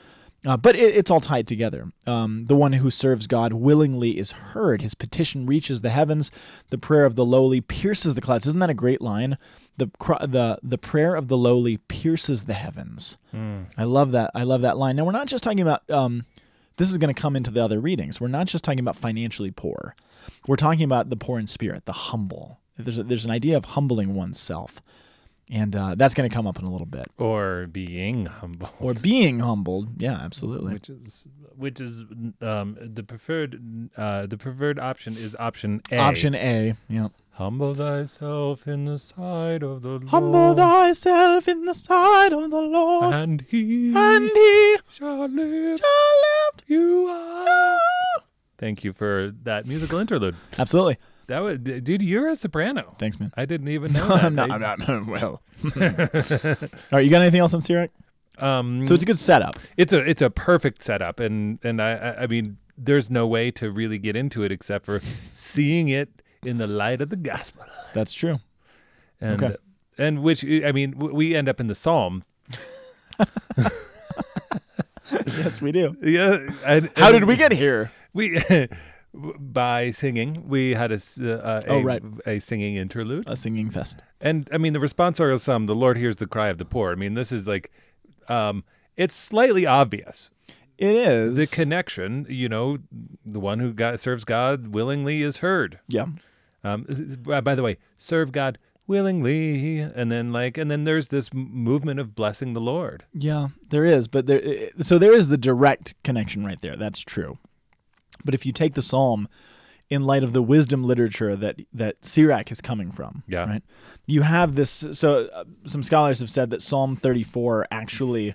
[SPEAKER 2] uh, but it, it's all tied together. Um, the one who serves God willingly is heard. His petition reaches the heavens. The prayer of the lowly pierces the clouds. Isn't that a great line? The cr- the the prayer of the lowly pierces the heavens. I love that. I love that line. Now we're not just talking about. Um, this is going to come into the other readings. We're not just talking about financially poor. We're talking about the poor in spirit, the humble. There's a, there's an idea of humbling oneself, and uh, that's going to come up in a little bit.
[SPEAKER 1] Or being humble. <laughs>
[SPEAKER 2] Or being humbled. Yeah, absolutely.
[SPEAKER 1] which is which is um, the preferred uh, the preferred option is option A.
[SPEAKER 2] Option A. Yeah.
[SPEAKER 1] Humble thyself in the sight of the Lord.
[SPEAKER 2] Humble thyself in the sight of the Lord,
[SPEAKER 1] And he
[SPEAKER 2] and he
[SPEAKER 1] shall lift
[SPEAKER 2] shall lift
[SPEAKER 1] you
[SPEAKER 2] you
[SPEAKER 1] up.
[SPEAKER 2] up.
[SPEAKER 1] Thank you for that musical interlude.
[SPEAKER 2] Absolutely.
[SPEAKER 1] That was, d- dude, you're a soprano. <laughs>
[SPEAKER 2] Thanks, man.
[SPEAKER 1] I didn't even know. that.
[SPEAKER 2] I'm not.
[SPEAKER 1] I-
[SPEAKER 2] I'm not.
[SPEAKER 1] <laughs>
[SPEAKER 2] well. <laughs> All right. You got anything else on Sirach?
[SPEAKER 1] Um,
[SPEAKER 2] So it's a good setup.
[SPEAKER 1] it's a it's a perfect setup and and I- I I mean there's no way to really get into it except for seeing it in the light of the gospel
[SPEAKER 2] That's true.
[SPEAKER 1] and
[SPEAKER 2] Okay.
[SPEAKER 1] and which I mean w- we end up in the psalm
[SPEAKER 2] yes, we do.
[SPEAKER 1] yeah and,
[SPEAKER 2] How did we get here?
[SPEAKER 1] we <laughs> by singing we had a s- uh, a,
[SPEAKER 2] Oh, right.
[SPEAKER 1] a singing interlude
[SPEAKER 2] A singing fest.
[SPEAKER 1] and I mean the responsorial psalm the Lord hears the cry of the poor I mean this is like um it's slightly obvious
[SPEAKER 2] It is.
[SPEAKER 1] the connection you know the one who God, serves God willingly is heard
[SPEAKER 2] yeah.
[SPEAKER 1] Um, s- s- by by the way, serve God willingly, and then like, and then there's this m- movement of blessing the Lord.
[SPEAKER 2] Yeah, there is, but there i- so there is the direct connection right there. That's true. But if you take the psalm in light of the wisdom literature that that Sirach is coming from,
[SPEAKER 1] Yeah.
[SPEAKER 2] right? You have this so uh, some scholars have said that Psalm 34 actually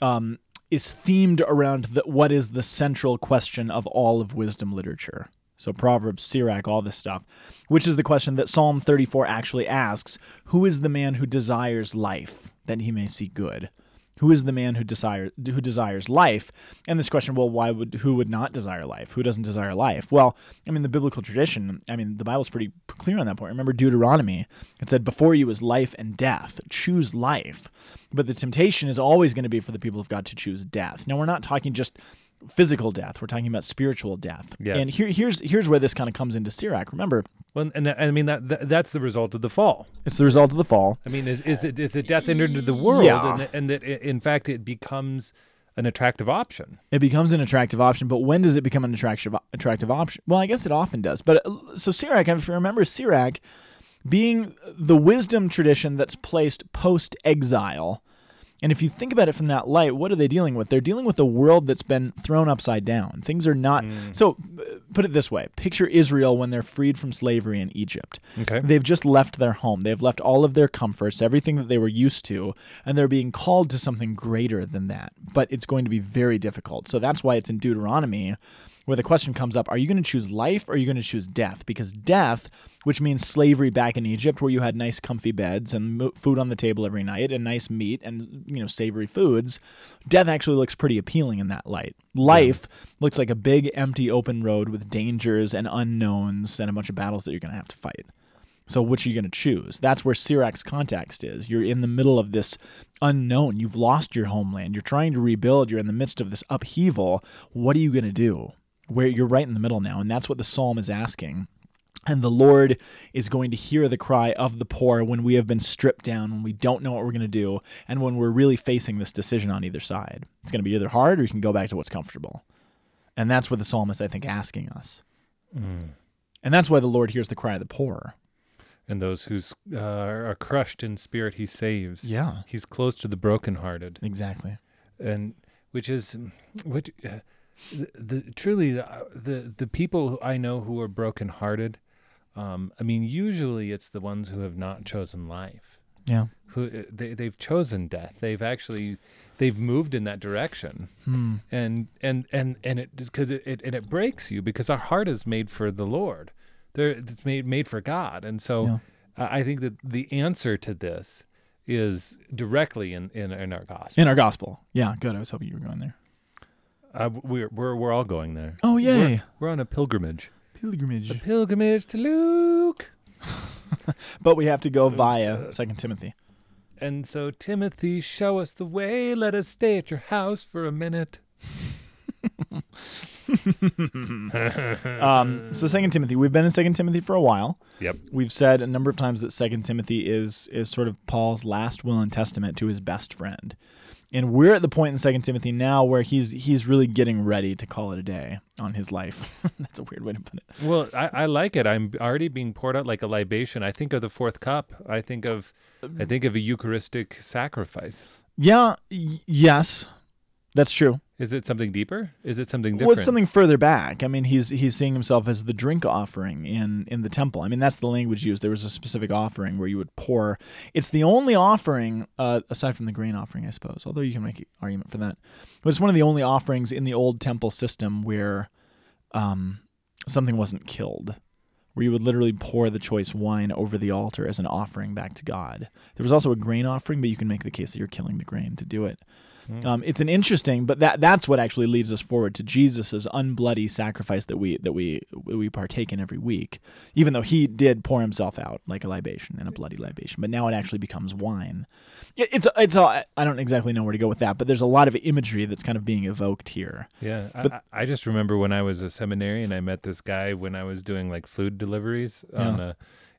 [SPEAKER 2] um, is themed around the, what is the central question of all of wisdom literature. So Proverbs, Sirach, all this stuff, which is the question that Psalm 34 actually asks: Who is the man who desires life that he may see good? Who is the man who desire who desires life? And this question, well, why would who would not desire life? Who doesn't desire life? Well, I mean, the biblical tradition. I mean, the Bible's pretty p- clear on that point. Remember Deuteronomy? It said, "Before you is life and death. Choose life." But the temptation is always going to be for the people of God to choose death. Now, we're not talking just physical death. We're talking about spiritual death.
[SPEAKER 1] Yes.
[SPEAKER 2] And here, here's here's where this kind of comes into Sirach. Remember,
[SPEAKER 1] Well, and that, I mean that, that that's the result of the fall.
[SPEAKER 2] it's the result of the fall.
[SPEAKER 1] I mean, is is it is the death entered into the world,
[SPEAKER 2] Yeah.
[SPEAKER 1] and, that- and that i- in fact it becomes an attractive option.
[SPEAKER 2] it becomes an attractive option. But when does it become an attractive attractive option? Well, I guess it often does. But uh, so Sirach, if you remember Sirach, being the wisdom tradition that's placed post exile, and if you think about it from that light, what are they dealing with? They're dealing with a world that's been thrown upside down. Things are not so. uh, Put it this way: picture Israel when they're freed from slavery in Egypt.
[SPEAKER 1] Okay.
[SPEAKER 2] They've just left their home. They've left all of their comforts, everything that they were used to, and they're being called to something greater than that. But it's going to be very difficult. So that's why it's in Deuteronomy where the question comes up are you going to choose life or are you going to choose death? Because death, which means slavery back in Egypt where you had nice comfy beds and mo- food on the table every night and nice meat and you know savory foods, death actually looks pretty appealing in that light. Life looks like a big empty open road with dangers and unknowns and a bunch of battles that you're going to have to fight. So which are you going to choose? That's where Sirach's context is. You're in the middle of this unknown. You've lost your homeland. You're trying to rebuild. You're in the midst of this upheaval. What are you going to do? Where you're right in the middle now, and that's what the psalm is asking. And the Lord is going to hear the cry of the poor when we have been stripped down, when we don't know what we're going to do, and when we're really facing this decision on either side. It's going to be either hard or you can go back to what's comfortable. And that's what the psalmist, I think, asking us. And that's why the Lord hears the cry of the poor.
[SPEAKER 1] And those who uh, are crushed in spirit, He saves.
[SPEAKER 2] Yeah.
[SPEAKER 1] He's close to the brokenhearted,
[SPEAKER 2] Exactly.
[SPEAKER 1] and which is which. Uh, the, the truly the, the the people who I know who are brokenhearted. Um, I mean, usually it's the ones who have not chosen life.
[SPEAKER 2] Yeah.
[SPEAKER 1] who uh, they, they've chosen death they've actually they've moved in that direction
[SPEAKER 2] Hmm.
[SPEAKER 1] and and and and it because it, it and it breaks you because our heart is made for the lord there it's made made for god and so
[SPEAKER 2] Yeah.
[SPEAKER 1] i I think that the answer to this is directly in in, in our gospel
[SPEAKER 2] In our gospel. Yeah, good. I was hoping you were going there.
[SPEAKER 1] uh, we're, we're we're all going there
[SPEAKER 2] Oh, yay.
[SPEAKER 1] we're on a pilgrimage a
[SPEAKER 2] Pilgrimage.
[SPEAKER 1] pilgrimage to luke
[SPEAKER 2] But we have to go via Second Timothy.
[SPEAKER 1] and so timothy show us the way let us stay at your house for a minute
[SPEAKER 2] Um, so Second Timothy, we've been in Second Timothy for a while.
[SPEAKER 1] yep
[SPEAKER 2] We've said a number of times that Second Timothy is is sort of Paul's last will and testament to his best friend. And we're at the point in Second Timothy now where he's he's really getting ready to call it a day on his life. <laughs> That's a weird way to put it.
[SPEAKER 1] Well, I, I like it. I'm already being poured out like a libation. I think of the fourth cup. I think of I think of a Eucharistic sacrifice.
[SPEAKER 2] Yeah, y- yes. That's true.
[SPEAKER 1] Is it something deeper? Is it something different?
[SPEAKER 2] What's something further back? I mean, he's he's seeing himself as the drink offering in in the temple. I mean, that's the language used. There was a specific offering where you would pour. It's the only offering uh, aside from the grain offering, I suppose. Although you can make an argument for that. It was one of the only offerings in the old temple system where um, something wasn't killed, where you would literally pour the choice wine over the altar as an offering back to God. There was also a grain offering, but you can make the case that you're killing the grain to do it. Um, it's an interesting, but that that's what actually leads us forward to Jesus's unbloody sacrifice that we that we we partake in every week. Even though he did pour himself out like a libation and a bloody libation, but now it actually becomes wine. It- It's it's a, I don't exactly know where to go with that, but there's a lot of imagery that's kind of being evoked here.
[SPEAKER 1] Yeah, I I, I just remember when I was a seminary and I met this guy when I was doing like food deliveries on uh,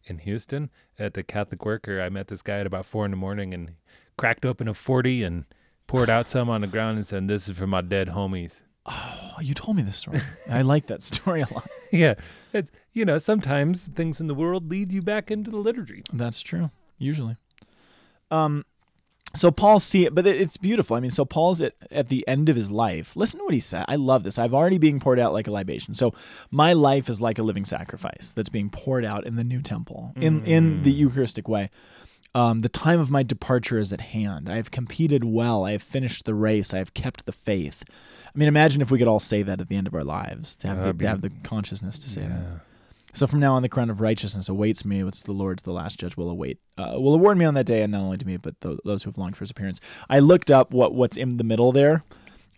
[SPEAKER 1] in Houston at the Catholic Worker. I met this guy at about four in the morning and cracked open a forty and poured out some on the ground and said, "This is for my dead homies." <laughs>
[SPEAKER 2] Oh, you told me this story. I like that story a lot.
[SPEAKER 1] yeah, it, you know sometimes things in the world lead you back into the liturgy.
[SPEAKER 2] That's true. Usually. Um so Paul see it, but it, it's beautiful. I mean, so Paul's at, at the end of his life. Listen to what he said. I love this. I've already being poured out like a libation. So my life is like a living sacrifice that's being poured out in the new temple in in the Eucharistic way. Um, the time of my departure is at hand. I have competed well. I have finished the race. I have kept the faith. I mean, imagine if we could all say that at the end of our lives to have, the,
[SPEAKER 1] That'd be-
[SPEAKER 2] to have the consciousness to say that. So from now on, the crown of righteousness awaits me, which the Lord's the last judge will await, uh, will award me on that day, and not only to me, but th- those who have longed for his appearance. I looked up what what's in the middle there,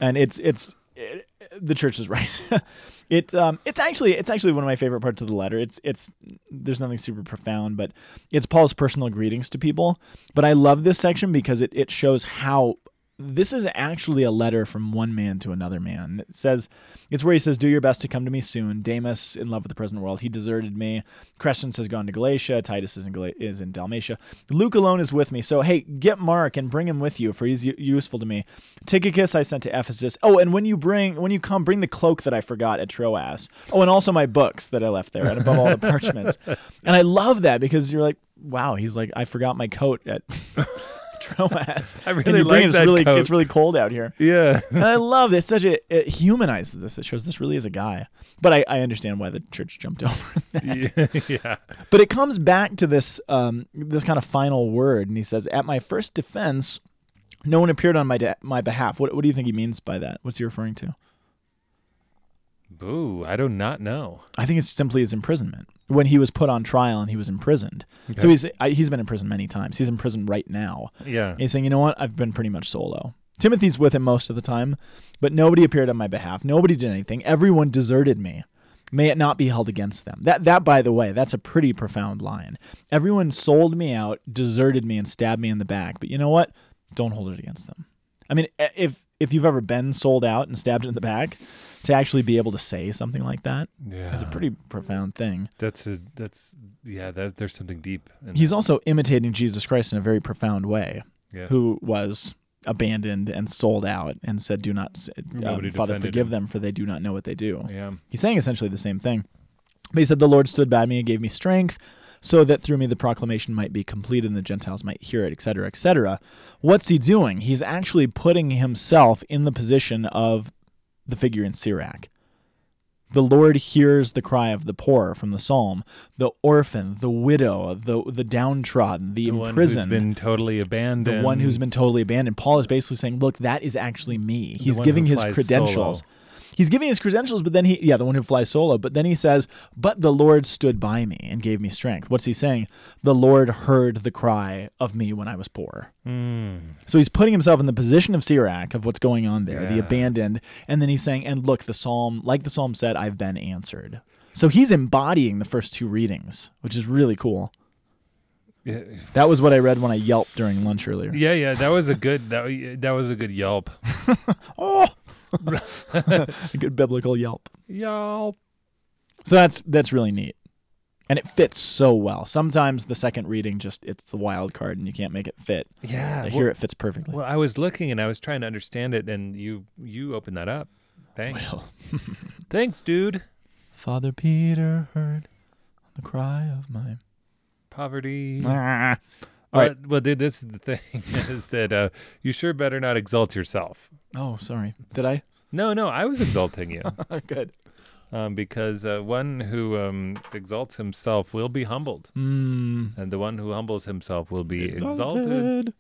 [SPEAKER 2] and it's it's it, the church is right. <laughs> it um it's actually it's actually one of my favorite parts of the letter. It's it's there's nothing super profound, but it's Paul's personal greetings to people. But I love this section because it it shows how this is actually a letter from one man to another man. It says, it's where he says, Do your best to come to me soon. Damas, in love with the present world, he deserted me. Crescens has gone to Galatia. Titus is in, Gala- is in Dalmatia. Luke alone is with me. So, hey, get Mark and bring him with you, for he's u- useful to me. Tychicus I sent to Ephesus. Oh, and when you bring, when you come, bring the cloak that I forgot at Troas. Oh, and also my books that I left there, and above all the parchments. And I love that because you're like, wow, he's like, I forgot my coat at. <laughs> Troas.
[SPEAKER 1] I
[SPEAKER 2] And
[SPEAKER 1] really
[SPEAKER 2] you bring
[SPEAKER 1] like
[SPEAKER 2] it, it's
[SPEAKER 1] that
[SPEAKER 2] really,
[SPEAKER 1] coat.
[SPEAKER 2] It's really cold out here.
[SPEAKER 1] <laughs> Yeah,
[SPEAKER 2] And I love this. Such a it humanizes this. It shows this really is a guy. But I, I understand why the church jumped <laughs> over. that.
[SPEAKER 1] <laughs> yeah,
[SPEAKER 2] But it comes back to this um, this kind of final word, and he says, "At my first defense, no one appeared on my de- my behalf." What what do you think he means by that? What's he referring to?
[SPEAKER 1] boo! I do not know.
[SPEAKER 2] I think it's simply his imprisonment when he was put on trial and he was imprisoned. So he's I, he's been in prison many times. He's in prison right now.
[SPEAKER 1] Yeah,
[SPEAKER 2] He's saying, you know what? I've been pretty much solo. Timothy's with him most of the time, but nobody appeared on my behalf. Nobody did anything. Everyone deserted me. May it not be held against them. That that by the way, that's a pretty profound line. Everyone sold me out, deserted me, and stabbed me in the back. But you know what? Don't hold it against them. I mean, i- if if you've ever been sold out and stabbed in the back, to actually be able to say something like that
[SPEAKER 1] yeah.
[SPEAKER 2] is a pretty profound thing.
[SPEAKER 1] that's a that's yeah. That, there's something deep. In
[SPEAKER 2] He's also imitating Jesus Christ in a very profound way
[SPEAKER 1] that. Yes.
[SPEAKER 2] who was abandoned and sold out and said, "Do not,
[SPEAKER 1] Nobody
[SPEAKER 2] um, Father,
[SPEAKER 1] defended
[SPEAKER 2] forgive
[SPEAKER 1] him.
[SPEAKER 2] them, for they do not know what they do."
[SPEAKER 1] Yeah.
[SPEAKER 2] He's saying essentially the same thing. But he said, "The Lord stood by me and gave me strength." So that through me the proclamation might be complete and the Gentiles might hear it, etc., etc. What's he doing? He's actually putting himself in the position of the figure in Sirach. The Lord hears the cry of the poor from the psalm, the orphan, the widow, the the downtrodden, the,
[SPEAKER 1] The one who's
[SPEAKER 2] imprisoned
[SPEAKER 1] been totally
[SPEAKER 2] the
[SPEAKER 1] abandoned.
[SPEAKER 2] one who's been totally abandoned. Paul is basically saying, "Look, that is actually me." He's
[SPEAKER 1] one
[SPEAKER 2] giving
[SPEAKER 1] who
[SPEAKER 2] his
[SPEAKER 1] flies
[SPEAKER 2] credentials.
[SPEAKER 1] solo.
[SPEAKER 2] He's giving his credentials, but then he, yeah, the one who flies solo. But then he says, "But the Lord stood by me and gave me strength." What's he saying? The Lord heard the cry of me when I was poor.
[SPEAKER 1] Hmm.
[SPEAKER 2] So he's putting himself in the position of Sirach of what's going on there, the
[SPEAKER 1] Yeah.
[SPEAKER 2] abandoned, and then he's saying, "And look, the psalm, like the psalm said, I've been answered." So he's embodying the first two readings, which is really cool.
[SPEAKER 1] Yeah,
[SPEAKER 2] That was what I read when I yelped during lunch earlier.
[SPEAKER 1] yeah, yeah, that was a good that that was a good yelp. <laughs>
[SPEAKER 2] Oh, a good biblical yelp.
[SPEAKER 1] Yelp.
[SPEAKER 2] So that's that's really neat, and it fits so well. Sometimes the second reading just it's the wild card, and you can't make it fit.
[SPEAKER 1] Yeah.
[SPEAKER 2] But
[SPEAKER 1] Well,
[SPEAKER 2] Here it fits perfectly.
[SPEAKER 1] well, I was looking and I was trying to understand it, and you you opened that up. Thanks,
[SPEAKER 2] Well,
[SPEAKER 1] thanks, dude.
[SPEAKER 2] Father Peter heard the cry of my.
[SPEAKER 1] Poverty.
[SPEAKER 2] Ah. all
[SPEAKER 1] Well,
[SPEAKER 2] right.
[SPEAKER 1] well, dude, <laughs> this is the thing is that uh, you sure better not exalt yourself.
[SPEAKER 2] Oh, sorry. Did I? <laughs> Oh,
[SPEAKER 1] No, no, I was exalting you
[SPEAKER 2] Good.
[SPEAKER 1] um, because uh, one who um, exalts himself will be humbled,
[SPEAKER 2] Mm,
[SPEAKER 1] and the one who humbles himself will be exalted.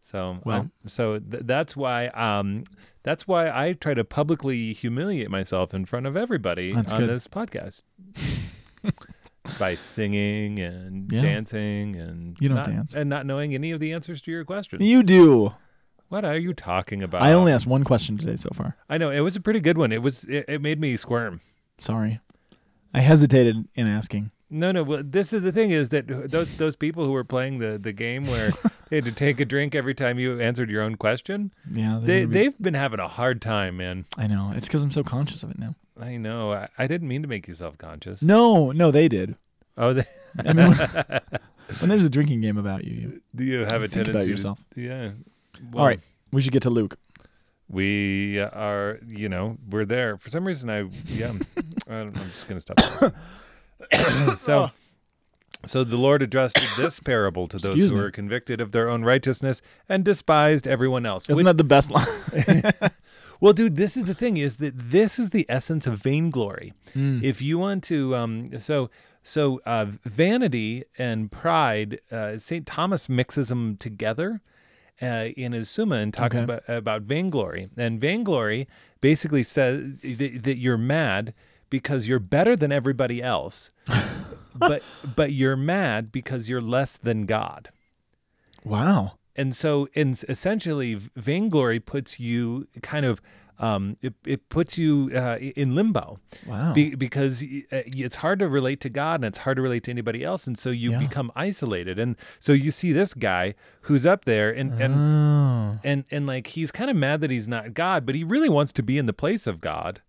[SPEAKER 1] So,
[SPEAKER 2] Well-
[SPEAKER 1] um, so th- that's why um, that's why I try to publicly humiliate myself in front of everybody
[SPEAKER 2] That's
[SPEAKER 1] on
[SPEAKER 2] good.
[SPEAKER 1] this
[SPEAKER 2] <laughs>
[SPEAKER 1] podcast by singing and
[SPEAKER 2] Yeah.
[SPEAKER 1] dancing and
[SPEAKER 2] You don't
[SPEAKER 1] not-
[SPEAKER 2] dance.
[SPEAKER 1] and not knowing any of the answers to your questions.
[SPEAKER 2] You do.
[SPEAKER 1] What are you talking about?
[SPEAKER 2] I only asked one question today so far.
[SPEAKER 1] I know it was a pretty good one. It was it, it made me squirm.
[SPEAKER 2] Sorry. I hesitated in asking.
[SPEAKER 1] No, no. Well, this is the thing is that those those people who were playing the the game
[SPEAKER 2] <laughs>
[SPEAKER 1] where they had to take a drink every time you answered your own question.
[SPEAKER 2] Yeah.
[SPEAKER 1] They
[SPEAKER 2] they're gonna be-
[SPEAKER 1] they've been having a hard time, man.
[SPEAKER 2] I know. It's because I'm so conscious of it now.
[SPEAKER 1] I know. I, I didn't mean to make you self conscious.
[SPEAKER 2] No, no, they did.
[SPEAKER 1] Oh, <laughs> they,
[SPEAKER 2] I <laughs> mean, when, when there's a drinking game about you, you
[SPEAKER 1] do you have a
[SPEAKER 2] think
[SPEAKER 1] tendency?
[SPEAKER 2] about
[SPEAKER 1] to-
[SPEAKER 2] yourself.
[SPEAKER 1] yeah.
[SPEAKER 2] All
[SPEAKER 1] Well,
[SPEAKER 2] right. We should get to Luke.
[SPEAKER 1] We are, you know, we're there. For some reason, I yeah, I don't, I'm just gonna
[SPEAKER 2] <coughs>
[SPEAKER 1] stop. <coughs> so, so the Lord addressed this parable to those
[SPEAKER 2] Excuse
[SPEAKER 1] who
[SPEAKER 2] me.
[SPEAKER 1] were convicted of their own righteousness and despised everyone else.
[SPEAKER 2] Isn't
[SPEAKER 1] Which-
[SPEAKER 2] that the best line?
[SPEAKER 1] well, dude, this is the thing: is that this is the essence of vainglory. If you want to, um, so so uh, vanity and pride, uh, Saint Thomas mixes them together uh, in his Summa and talks
[SPEAKER 2] Okay.
[SPEAKER 1] about about vainglory. And vainglory basically says that, that you're mad because you're better than everybody else, but but you're mad because you're less than God.
[SPEAKER 2] <laughs> Wow.
[SPEAKER 1] And so, in essentially, v- vainglory puts you kind of, um, it, it puts you uh, in limbo
[SPEAKER 2] Wow.
[SPEAKER 1] be, because y- uh, it's hard to relate to God and it's hard to relate to anybody else. And so you
[SPEAKER 2] Yeah.
[SPEAKER 1] become isolated. And so you see this guy who's up there and, and,
[SPEAKER 2] oh.
[SPEAKER 1] and, and like he's kind of mad that he's not God, but he really wants to be in the place of God.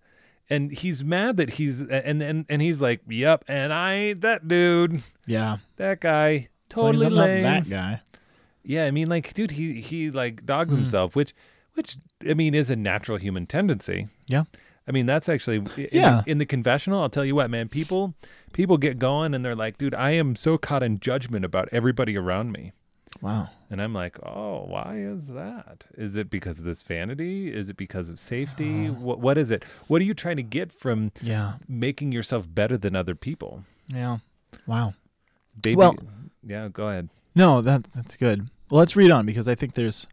[SPEAKER 1] And he's mad that he's, and, and, and he's like, yep, and I ain't that dude,
[SPEAKER 2] Yeah.
[SPEAKER 1] that guy.
[SPEAKER 2] So he's
[SPEAKER 1] Totally
[SPEAKER 2] not
[SPEAKER 1] lame.
[SPEAKER 2] that guy.
[SPEAKER 1] Yeah, I mean, like, dude, he he like
[SPEAKER 2] Hmm.
[SPEAKER 1] dogs himself, which which I mean is a natural human tendency.
[SPEAKER 2] Yeah.
[SPEAKER 1] I mean, that's actually in the-
[SPEAKER 2] Yeah.
[SPEAKER 1] in the, confessional. I'll tell you what, man, people people get going and they're like, dude, I am so caught in judgment about everybody around me.
[SPEAKER 2] Wow.
[SPEAKER 1] And I'm like, oh, why is that? Is it because of this vanity? Is it because of safety?
[SPEAKER 2] <sighs>
[SPEAKER 1] What what is it? What are you trying to get from
[SPEAKER 2] Yeah.
[SPEAKER 1] making yourself better than other people?
[SPEAKER 2] Yeah. Wow.
[SPEAKER 1] Baby,
[SPEAKER 2] Well-
[SPEAKER 1] yeah, go ahead.
[SPEAKER 2] No, that that's good. Well, let's read on because I think there's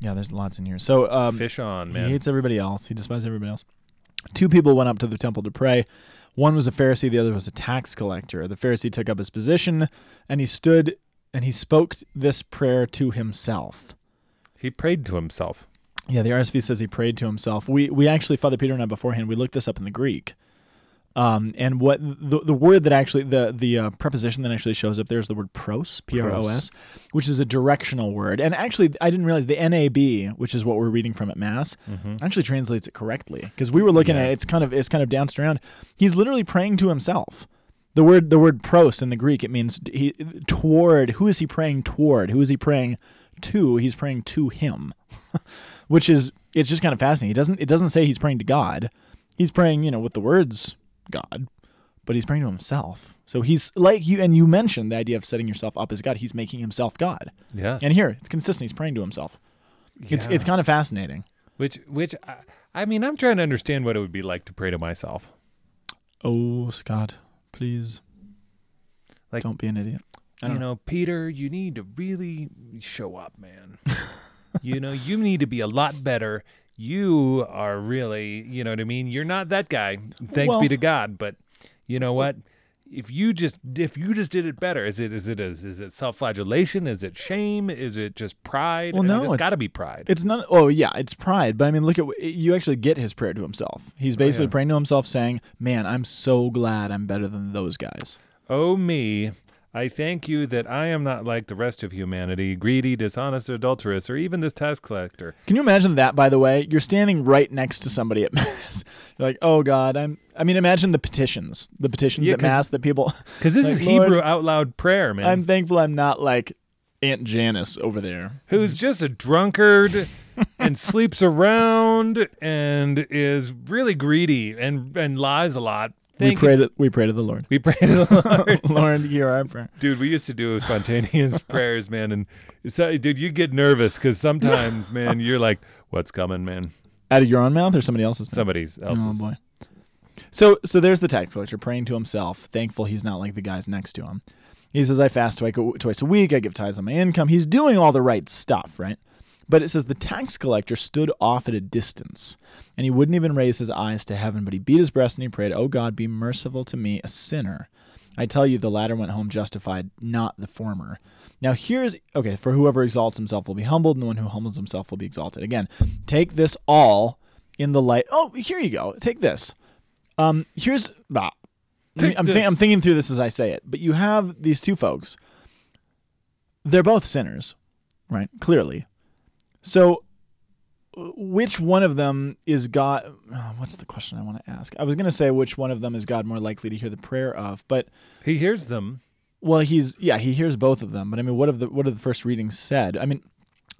[SPEAKER 2] Yeah, there's lots in here. So um
[SPEAKER 1] Fish on,
[SPEAKER 2] He
[SPEAKER 1] man.
[SPEAKER 2] hates everybody else. He despises everybody else. Two people went up to the temple to pray. One was a Pharisee, the other was a tax collector. The Pharisee took up his position and he stood and he spoke this prayer to himself.
[SPEAKER 1] He prayed to himself.
[SPEAKER 2] Yeah, the RSV says he prayed to himself. We we actually Father Peter and I beforehand we looked this up in the Greek. Um, and what the, the word that actually the the uh, preposition that actually shows up there is the word pros p r o s, which is a directional word. And actually, I didn't realize the NAB, which is what we're reading from at Mass, actually translates it correctly because we were looking at
[SPEAKER 1] Yeah.
[SPEAKER 2] it, it's kind of it's kind of danced around. He's literally praying to himself. The word the word pros in the Greek it means he toward. Who is he praying toward? Who is he praying to? He's praying to him which is it's just kind of fascinating. He doesn't it doesn't say he's praying to God. He's praying, you know, with the words God, but he's praying to himself. So he's like you and you mentioned the idea of setting yourself up as God. He's making himself God.
[SPEAKER 1] Yes.
[SPEAKER 2] And here, it's consistent. He's praying to himself. It's
[SPEAKER 1] Yeah.
[SPEAKER 2] it's kind of fascinating.
[SPEAKER 1] Which, which, I, I mean, I'm trying to understand what it would be like to pray to myself.
[SPEAKER 2] Oh, Scott, please.
[SPEAKER 1] Like-
[SPEAKER 2] don't be an idiot. I
[SPEAKER 1] You
[SPEAKER 2] don't
[SPEAKER 1] know, Peter, you need to really show up, man. <laughs> you know, you need to be a lot better. You are really, you know what I mean? You're not that guy. Thanks
[SPEAKER 2] Well-
[SPEAKER 1] be to God, but you know what? If you just if you just did it better, is it is it is, is it self-flagellation? Is it shame? Is it just pride?
[SPEAKER 2] Well,
[SPEAKER 1] I mean,
[SPEAKER 2] no,
[SPEAKER 1] it's
[SPEAKER 2] it's-
[SPEAKER 1] got to be pride.
[SPEAKER 2] It's not. Oh yeah, it's pride. But I mean, look at wh- you. Actually, get his prayer to himself. He's basically praying to himself, saying, "Man, I'm so glad I'm better than those guys."
[SPEAKER 1] Oh, me. I thank you that I am not like the rest of humanity, greedy, dishonest, adulterous, or even this tax collector.
[SPEAKER 2] Can you imagine that? By the way, you're standing right next to somebody at <laughs> mass. You're like, "Oh God, I'm." I mean, imagine the petitions, the petitions
[SPEAKER 1] Yeah,
[SPEAKER 2] at
[SPEAKER 1] 'cause-
[SPEAKER 2] mass
[SPEAKER 1] <laughs>
[SPEAKER 2] that people.
[SPEAKER 1] Because this
[SPEAKER 2] Like,
[SPEAKER 1] is
[SPEAKER 2] Lord-
[SPEAKER 1] Hebrew out loud prayer, man.
[SPEAKER 2] I'm thankful I'm not like Aunt Janice over there.
[SPEAKER 1] who's just a
[SPEAKER 2] <laughs>
[SPEAKER 1] drunkard and sleeps around and is really greedy and, and lies a lot.
[SPEAKER 2] we
[SPEAKER 1] Thank
[SPEAKER 2] pray
[SPEAKER 1] you.
[SPEAKER 2] to we pray to the Lord.
[SPEAKER 1] We pray to the Lord.
[SPEAKER 2] <laughs> Lord, hear our prayer.
[SPEAKER 1] Dude, we used to do spontaneous <laughs> prayers, uh, man. And so, dude, you get nervous because sometimes, man, you're like, what's coming, man?
[SPEAKER 2] Out of your own mouth or
[SPEAKER 1] <laughs>
[SPEAKER 2] somebody else's? mouth?
[SPEAKER 1] Somebody's
[SPEAKER 2] Oh
[SPEAKER 1] else's.
[SPEAKER 2] boy. So so there's the tax collector praying to himself, thankful he's not like the guys next to him. He says, "I fast twice a, twice a week. I give tithes on my income." He's doing all the right stuff, right? But it says the tax collector stood off at a distance, and he wouldn't even raise his eyes to heaven. But he beat his breast and he prayed, "Oh God, be merciful to me, a sinner." I tell you, the latter went home justified, not the former. Now, here's okay for whoever exalts himself will be humbled, and the one who humbles himself will be exalted. Again, take this all in the light. Oh, here you go. Take this. Um, here's ah,
[SPEAKER 1] Take
[SPEAKER 2] I'm, thi-
[SPEAKER 1] this.
[SPEAKER 2] I'm thinking through this as I say it, but you have these two folks. They're both sinners, right? Clearly. So, w- which one of them is God? oh, What's the question I want to ask? I was going to say which one of them is God more likely to hear the prayer of, but
[SPEAKER 1] He hears them.
[SPEAKER 2] well, he's yeah, he hears both of them, but I mean, what of the what of the first readings said? I mean,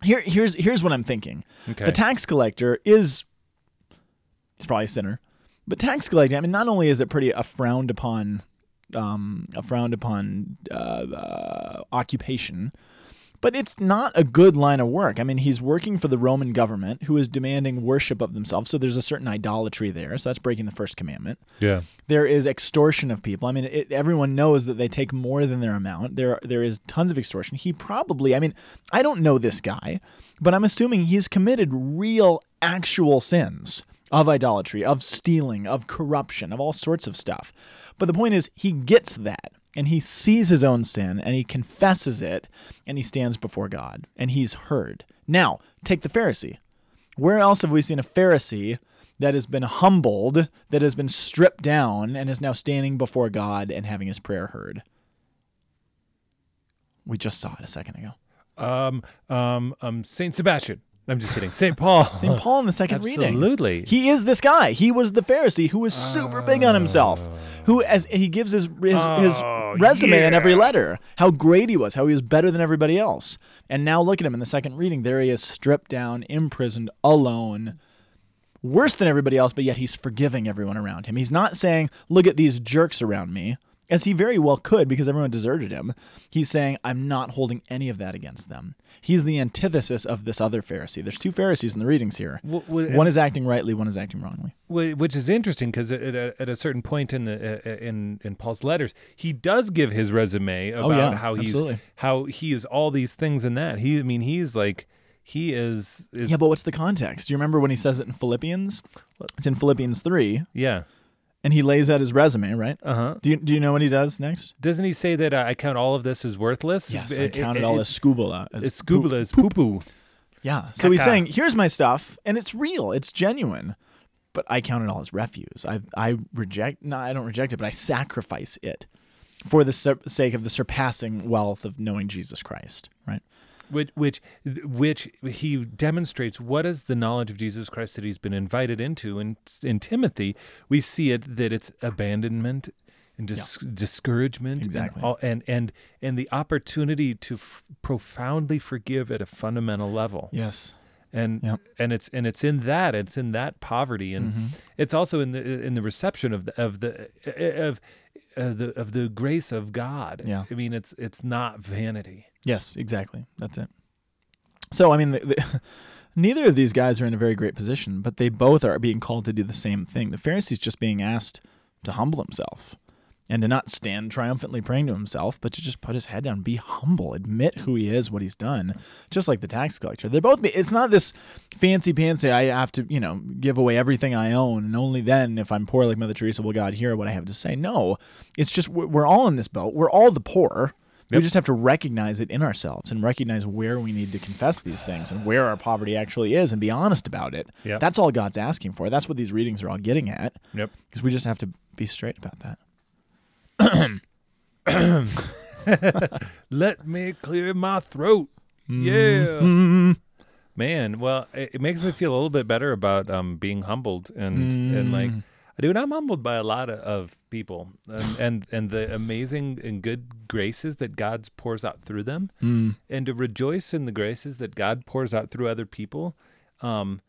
[SPEAKER 2] here here's here's what I'm thinking.
[SPEAKER 1] Okay.
[SPEAKER 2] The tax collector is he's probably a sinner, but tax collecting. I mean, not only is it pretty a frowned upon, um, a frowned upon uh, uh, occupation, but it's not a good line of work. I mean, he's working for the Roman government, who is demanding worship of themselves. So there's a certain idolatry there. So that's breaking the first commandment
[SPEAKER 1] yeah.
[SPEAKER 2] there is extortion of people. I mean, it, everyone knows that they take more than their amount. There, there is tons of extortion. He probably, I mean, I don't know this guy, but I'm assuming he's committed real, actual sins of idolatry, of stealing, of corruption, of all sorts of stuff. But the point is, he gets that, and he sees his own sin, and he confesses it, and he stands before God, and he's heard. Now, take the Pharisee. Where else have we seen a Pharisee that has been humbled, that has been stripped down, and is now standing before God and having his prayer heard? We just saw it a second ago.
[SPEAKER 1] Um. Um. Um. Saint Sebastian. I'm just kidding. Saint
[SPEAKER 2] <laughs>
[SPEAKER 1] Paul.
[SPEAKER 2] St. Paul in the second reading.
[SPEAKER 1] Absolutely.
[SPEAKER 2] He is this guy. He was the Pharisee who was super big on himself. Who, as he gives his his,
[SPEAKER 1] Oh,
[SPEAKER 2] his resume in
[SPEAKER 1] yeah.
[SPEAKER 2] every letter, how great he was, how he was better than everybody else. And now look at him in the second reading. There he is, stripped down, imprisoned, alone, worse than everybody else. But yet he's forgiving everyone around him. He's not saying, "Look at these jerks around me," as he very well could because everyone deserted him. He's saying, "I'm not holding any of that against them." He's the antithesis of this other Pharisee. There's two Pharisees in the readings here.
[SPEAKER 1] W- w-
[SPEAKER 2] One is acting rightly, one is acting wrongly.
[SPEAKER 1] Wh- which is interesting because at, at, at a certain point in the uh, in in Paul's letters, he does give his resume about
[SPEAKER 2] Oh, yeah,
[SPEAKER 1] how he's
[SPEAKER 2] absolutely.
[SPEAKER 1] how he is all these things and that. He, I mean, he's like he is. is
[SPEAKER 2] Yeah, but what's the context? Do you remember when he says it in Philippians? It's in Philippians 3,
[SPEAKER 1] yeah.
[SPEAKER 2] and he lays out his resume, right?
[SPEAKER 1] Uh huh.
[SPEAKER 2] Do you, do you know what he does next?
[SPEAKER 1] Doesn't he say that uh, I count all of this as worthless?
[SPEAKER 2] Yes, I counted all as scuba. As
[SPEAKER 1] It's
[SPEAKER 2] poop.
[SPEAKER 1] scuba as poo poo.
[SPEAKER 2] Yeah. So he's
[SPEAKER 1] Caca.
[SPEAKER 2] saying, here's my stuff, and it's real, it's genuine, but I count it all as refuse. I, I reject, no, I don't reject it, but I sacrifice it for the sur- sake of the surpassing wealth of knowing Jesus Christ, right?
[SPEAKER 1] Which, which, which he demonstrates what is the knowledge of Jesus Christ that he's been invited into. And in, Timothy, we see it that it's abandonment and dis- discouragement,
[SPEAKER 2] Exactly.
[SPEAKER 1] and, all, and and and the opportunity to f- profoundly forgive at a fundamental level.
[SPEAKER 2] Yes.
[SPEAKER 1] And
[SPEAKER 2] Yep.
[SPEAKER 1] and it's and it's in that it's in that poverty, and
[SPEAKER 2] Mm-hmm.
[SPEAKER 1] it's also in the in the reception of the of the of, of the of the grace of God.
[SPEAKER 2] Yeah.
[SPEAKER 1] I mean, it's it's not vanity.
[SPEAKER 2] Yes, exactly. That's it. So I mean, the, the, <laughs> neither of these guys are in a very great position, but they both are being called to do the same thing. The Pharisee's just being asked to humble himself and to not stand triumphantly praying to himself, but to just put his head down, be humble, admit who he is, what he's done, just like the tax collector. They're both. It's not this fancy pantsy. I have to, you know, give away everything I own, and only then, if I'm poor like Mother Teresa, will God hear what I have to say. No, it's just we're we're all in this boat. We're all the poor. We just have to recognize it in ourselves and recognize where we need to confess these things and where our poverty actually is and be honest about it.
[SPEAKER 1] Yep.
[SPEAKER 2] That's all God's asking for. That's what these readings are all getting at
[SPEAKER 1] Yep.
[SPEAKER 2] because we just have to be straight about that.
[SPEAKER 1] Let me clear my throat.
[SPEAKER 2] Mm-hmm.
[SPEAKER 1] Yeah. Man, well, it, it makes me feel a little bit better about um, being humbled and and like, dude, I'm humbled by a lot of, of people and, and and the amazing and good graces that God pours out through them,
[SPEAKER 2] Mm-hmm.
[SPEAKER 1] and to rejoice in the graces that God pours out through other people, um,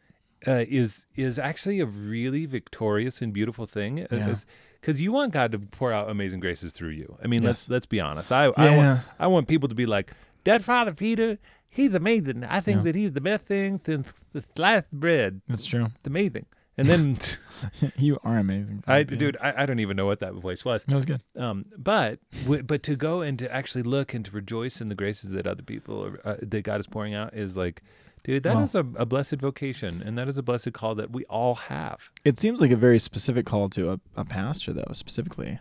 [SPEAKER 1] uh, is is actually a really victorious and beautiful thing. Because you want God to pour out amazing graces through you. I mean, let's let's be honest. I I
[SPEAKER 2] Yeah.
[SPEAKER 1] want I want people to be like, Dead Father Peter, he's amazing. I think
[SPEAKER 2] Yeah.
[SPEAKER 1] that he's the best thing since the sliced bread.
[SPEAKER 2] It's true.
[SPEAKER 1] It's amazing. And then
[SPEAKER 2] <laughs> you are amazing.
[SPEAKER 1] I,
[SPEAKER 2] Philip, yeah.
[SPEAKER 1] dude, I, I don't even know what that voice was.
[SPEAKER 2] That was good.
[SPEAKER 1] Um, but w- but to go and to actually look and to rejoice in the graces that other people are, uh, that God is pouring out is like, dude, that
[SPEAKER 2] Wow.
[SPEAKER 1] is a, a blessed vocation, and that is a blessed call that we all have.
[SPEAKER 2] It seems like a very specific call to a, a pastor, though, specifically,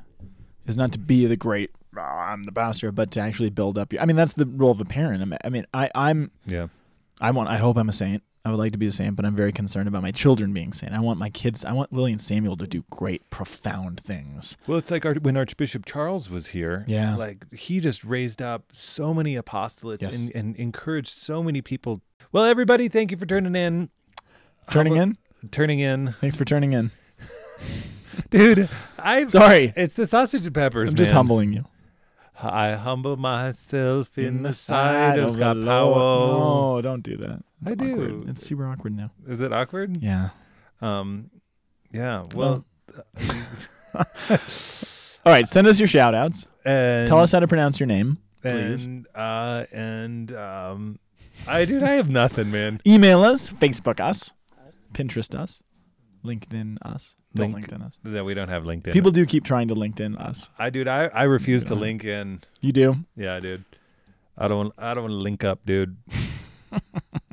[SPEAKER 2] is not to be the great, "Ah, I'm the pastor, but to actually build up your. I mean, that's the role of a parent. I mean- I mean, I, I'm,
[SPEAKER 1] Yeah,
[SPEAKER 2] I want, I hope I'm a saint. I would like to be a saint, but I'm very concerned about my children being saint. I want my kids, I want Lily and Samuel to do great, profound things.
[SPEAKER 1] Well, it's like our, when Archbishop Charles was here.
[SPEAKER 2] Yeah.
[SPEAKER 1] Like he just raised up so many apostolates
[SPEAKER 2] Yes.
[SPEAKER 1] and, and encouraged so many people. Well, everybody, thank you for turning in.
[SPEAKER 2] Turning in?
[SPEAKER 1] Turning in.
[SPEAKER 2] Thanks for turning in.
[SPEAKER 1] Dude, I.
[SPEAKER 2] Sorry.
[SPEAKER 1] It's the sausage and peppers,
[SPEAKER 2] I'm just
[SPEAKER 1] man.
[SPEAKER 2] humbling you.
[SPEAKER 1] I humble myself in the sight of Scott Powell.
[SPEAKER 2] No, don't do that. It's
[SPEAKER 1] I do. Mm.
[SPEAKER 2] awkward. It's super awkward now.
[SPEAKER 1] Is it awkward?
[SPEAKER 2] Yeah.
[SPEAKER 1] Um, yeah.
[SPEAKER 2] <laughs>
[SPEAKER 1] Well, uh,
[SPEAKER 2] All right. Send us your shout outs.
[SPEAKER 1] and,
[SPEAKER 2] Tell us how to pronounce your name. please.
[SPEAKER 1] and uh, and um, I dude, I have nothing, man.
[SPEAKER 2] Email us, Facebook us, Pinterest us, LinkedIn us. Don't
[SPEAKER 1] Link-
[SPEAKER 2] LinkedIn us.
[SPEAKER 1] That we don't have LinkedIn.
[SPEAKER 2] People do keep trying to LinkedIn us.
[SPEAKER 1] I dude, I I refuse to link in.
[SPEAKER 2] You do?
[SPEAKER 1] Yeah, dude. I don't I don't want to link up, dude.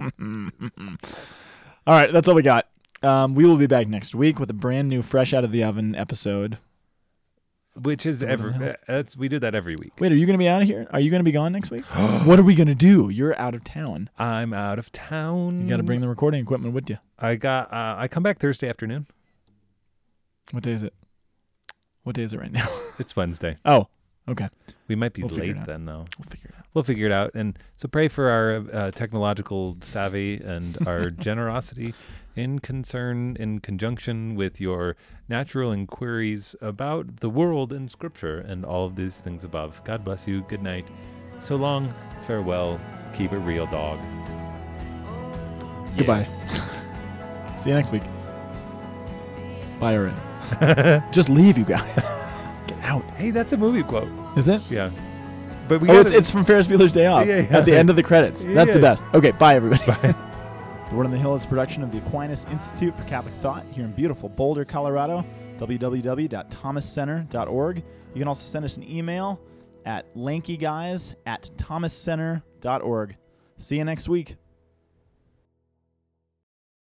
[SPEAKER 2] All right. That's all we got. Um, we will be back next week with a brand new fresh out of the oven episode.
[SPEAKER 1] Which is
[SPEAKER 2] What the hell?
[SPEAKER 1] every that's we do that every week.
[SPEAKER 2] Wait, are you going to be out of here? Are you going to be gone next
[SPEAKER 1] <gasps>
[SPEAKER 2] week? what are we going to do? You're out of town.
[SPEAKER 1] I'm out of town.
[SPEAKER 2] You got to bring the recording equipment with you.
[SPEAKER 1] I got. Uh, I come back Thursday afternoon.
[SPEAKER 2] What day is it? What day is it right now?
[SPEAKER 1] It's Wednesday.
[SPEAKER 2] Oh, okay.
[SPEAKER 1] We might be
[SPEAKER 2] We'll figure it
[SPEAKER 1] late
[SPEAKER 2] out.
[SPEAKER 1] then, though.
[SPEAKER 2] We'll figure it out.
[SPEAKER 1] We'll figure it out. And so pray for our uh, technological savvy and
[SPEAKER 2] <laughs>
[SPEAKER 1] our generosity in concern, in conjunction with your natural inquiries about the world and scripture and all of these things above. God bless you. Good night. So long. Farewell. Keep it real, dog.
[SPEAKER 2] Goodbye. <laughs> See you next week. Bye
[SPEAKER 1] <laughs>
[SPEAKER 2] already. Just leave, you guys. Get out.
[SPEAKER 1] Hey, that's a movie quote.
[SPEAKER 2] Is it?
[SPEAKER 1] Yeah. But we
[SPEAKER 2] Oh, it's,
[SPEAKER 1] gotta-
[SPEAKER 2] it's from Ferris Bueller's Day
[SPEAKER 1] <laughs>
[SPEAKER 2] Off
[SPEAKER 1] Yeah, yeah.
[SPEAKER 2] at the end of the credits. That's the
[SPEAKER 1] Yeah.
[SPEAKER 2] best. Okay, bye, everybody. <laughs> the Word on the Hill is a production of the Aquinas Institute for Catholic Thought here in beautiful Boulder, Colorado. www.thomascenter.org. You can also send us an email at lankyguys at thomascenter.org. See you next week.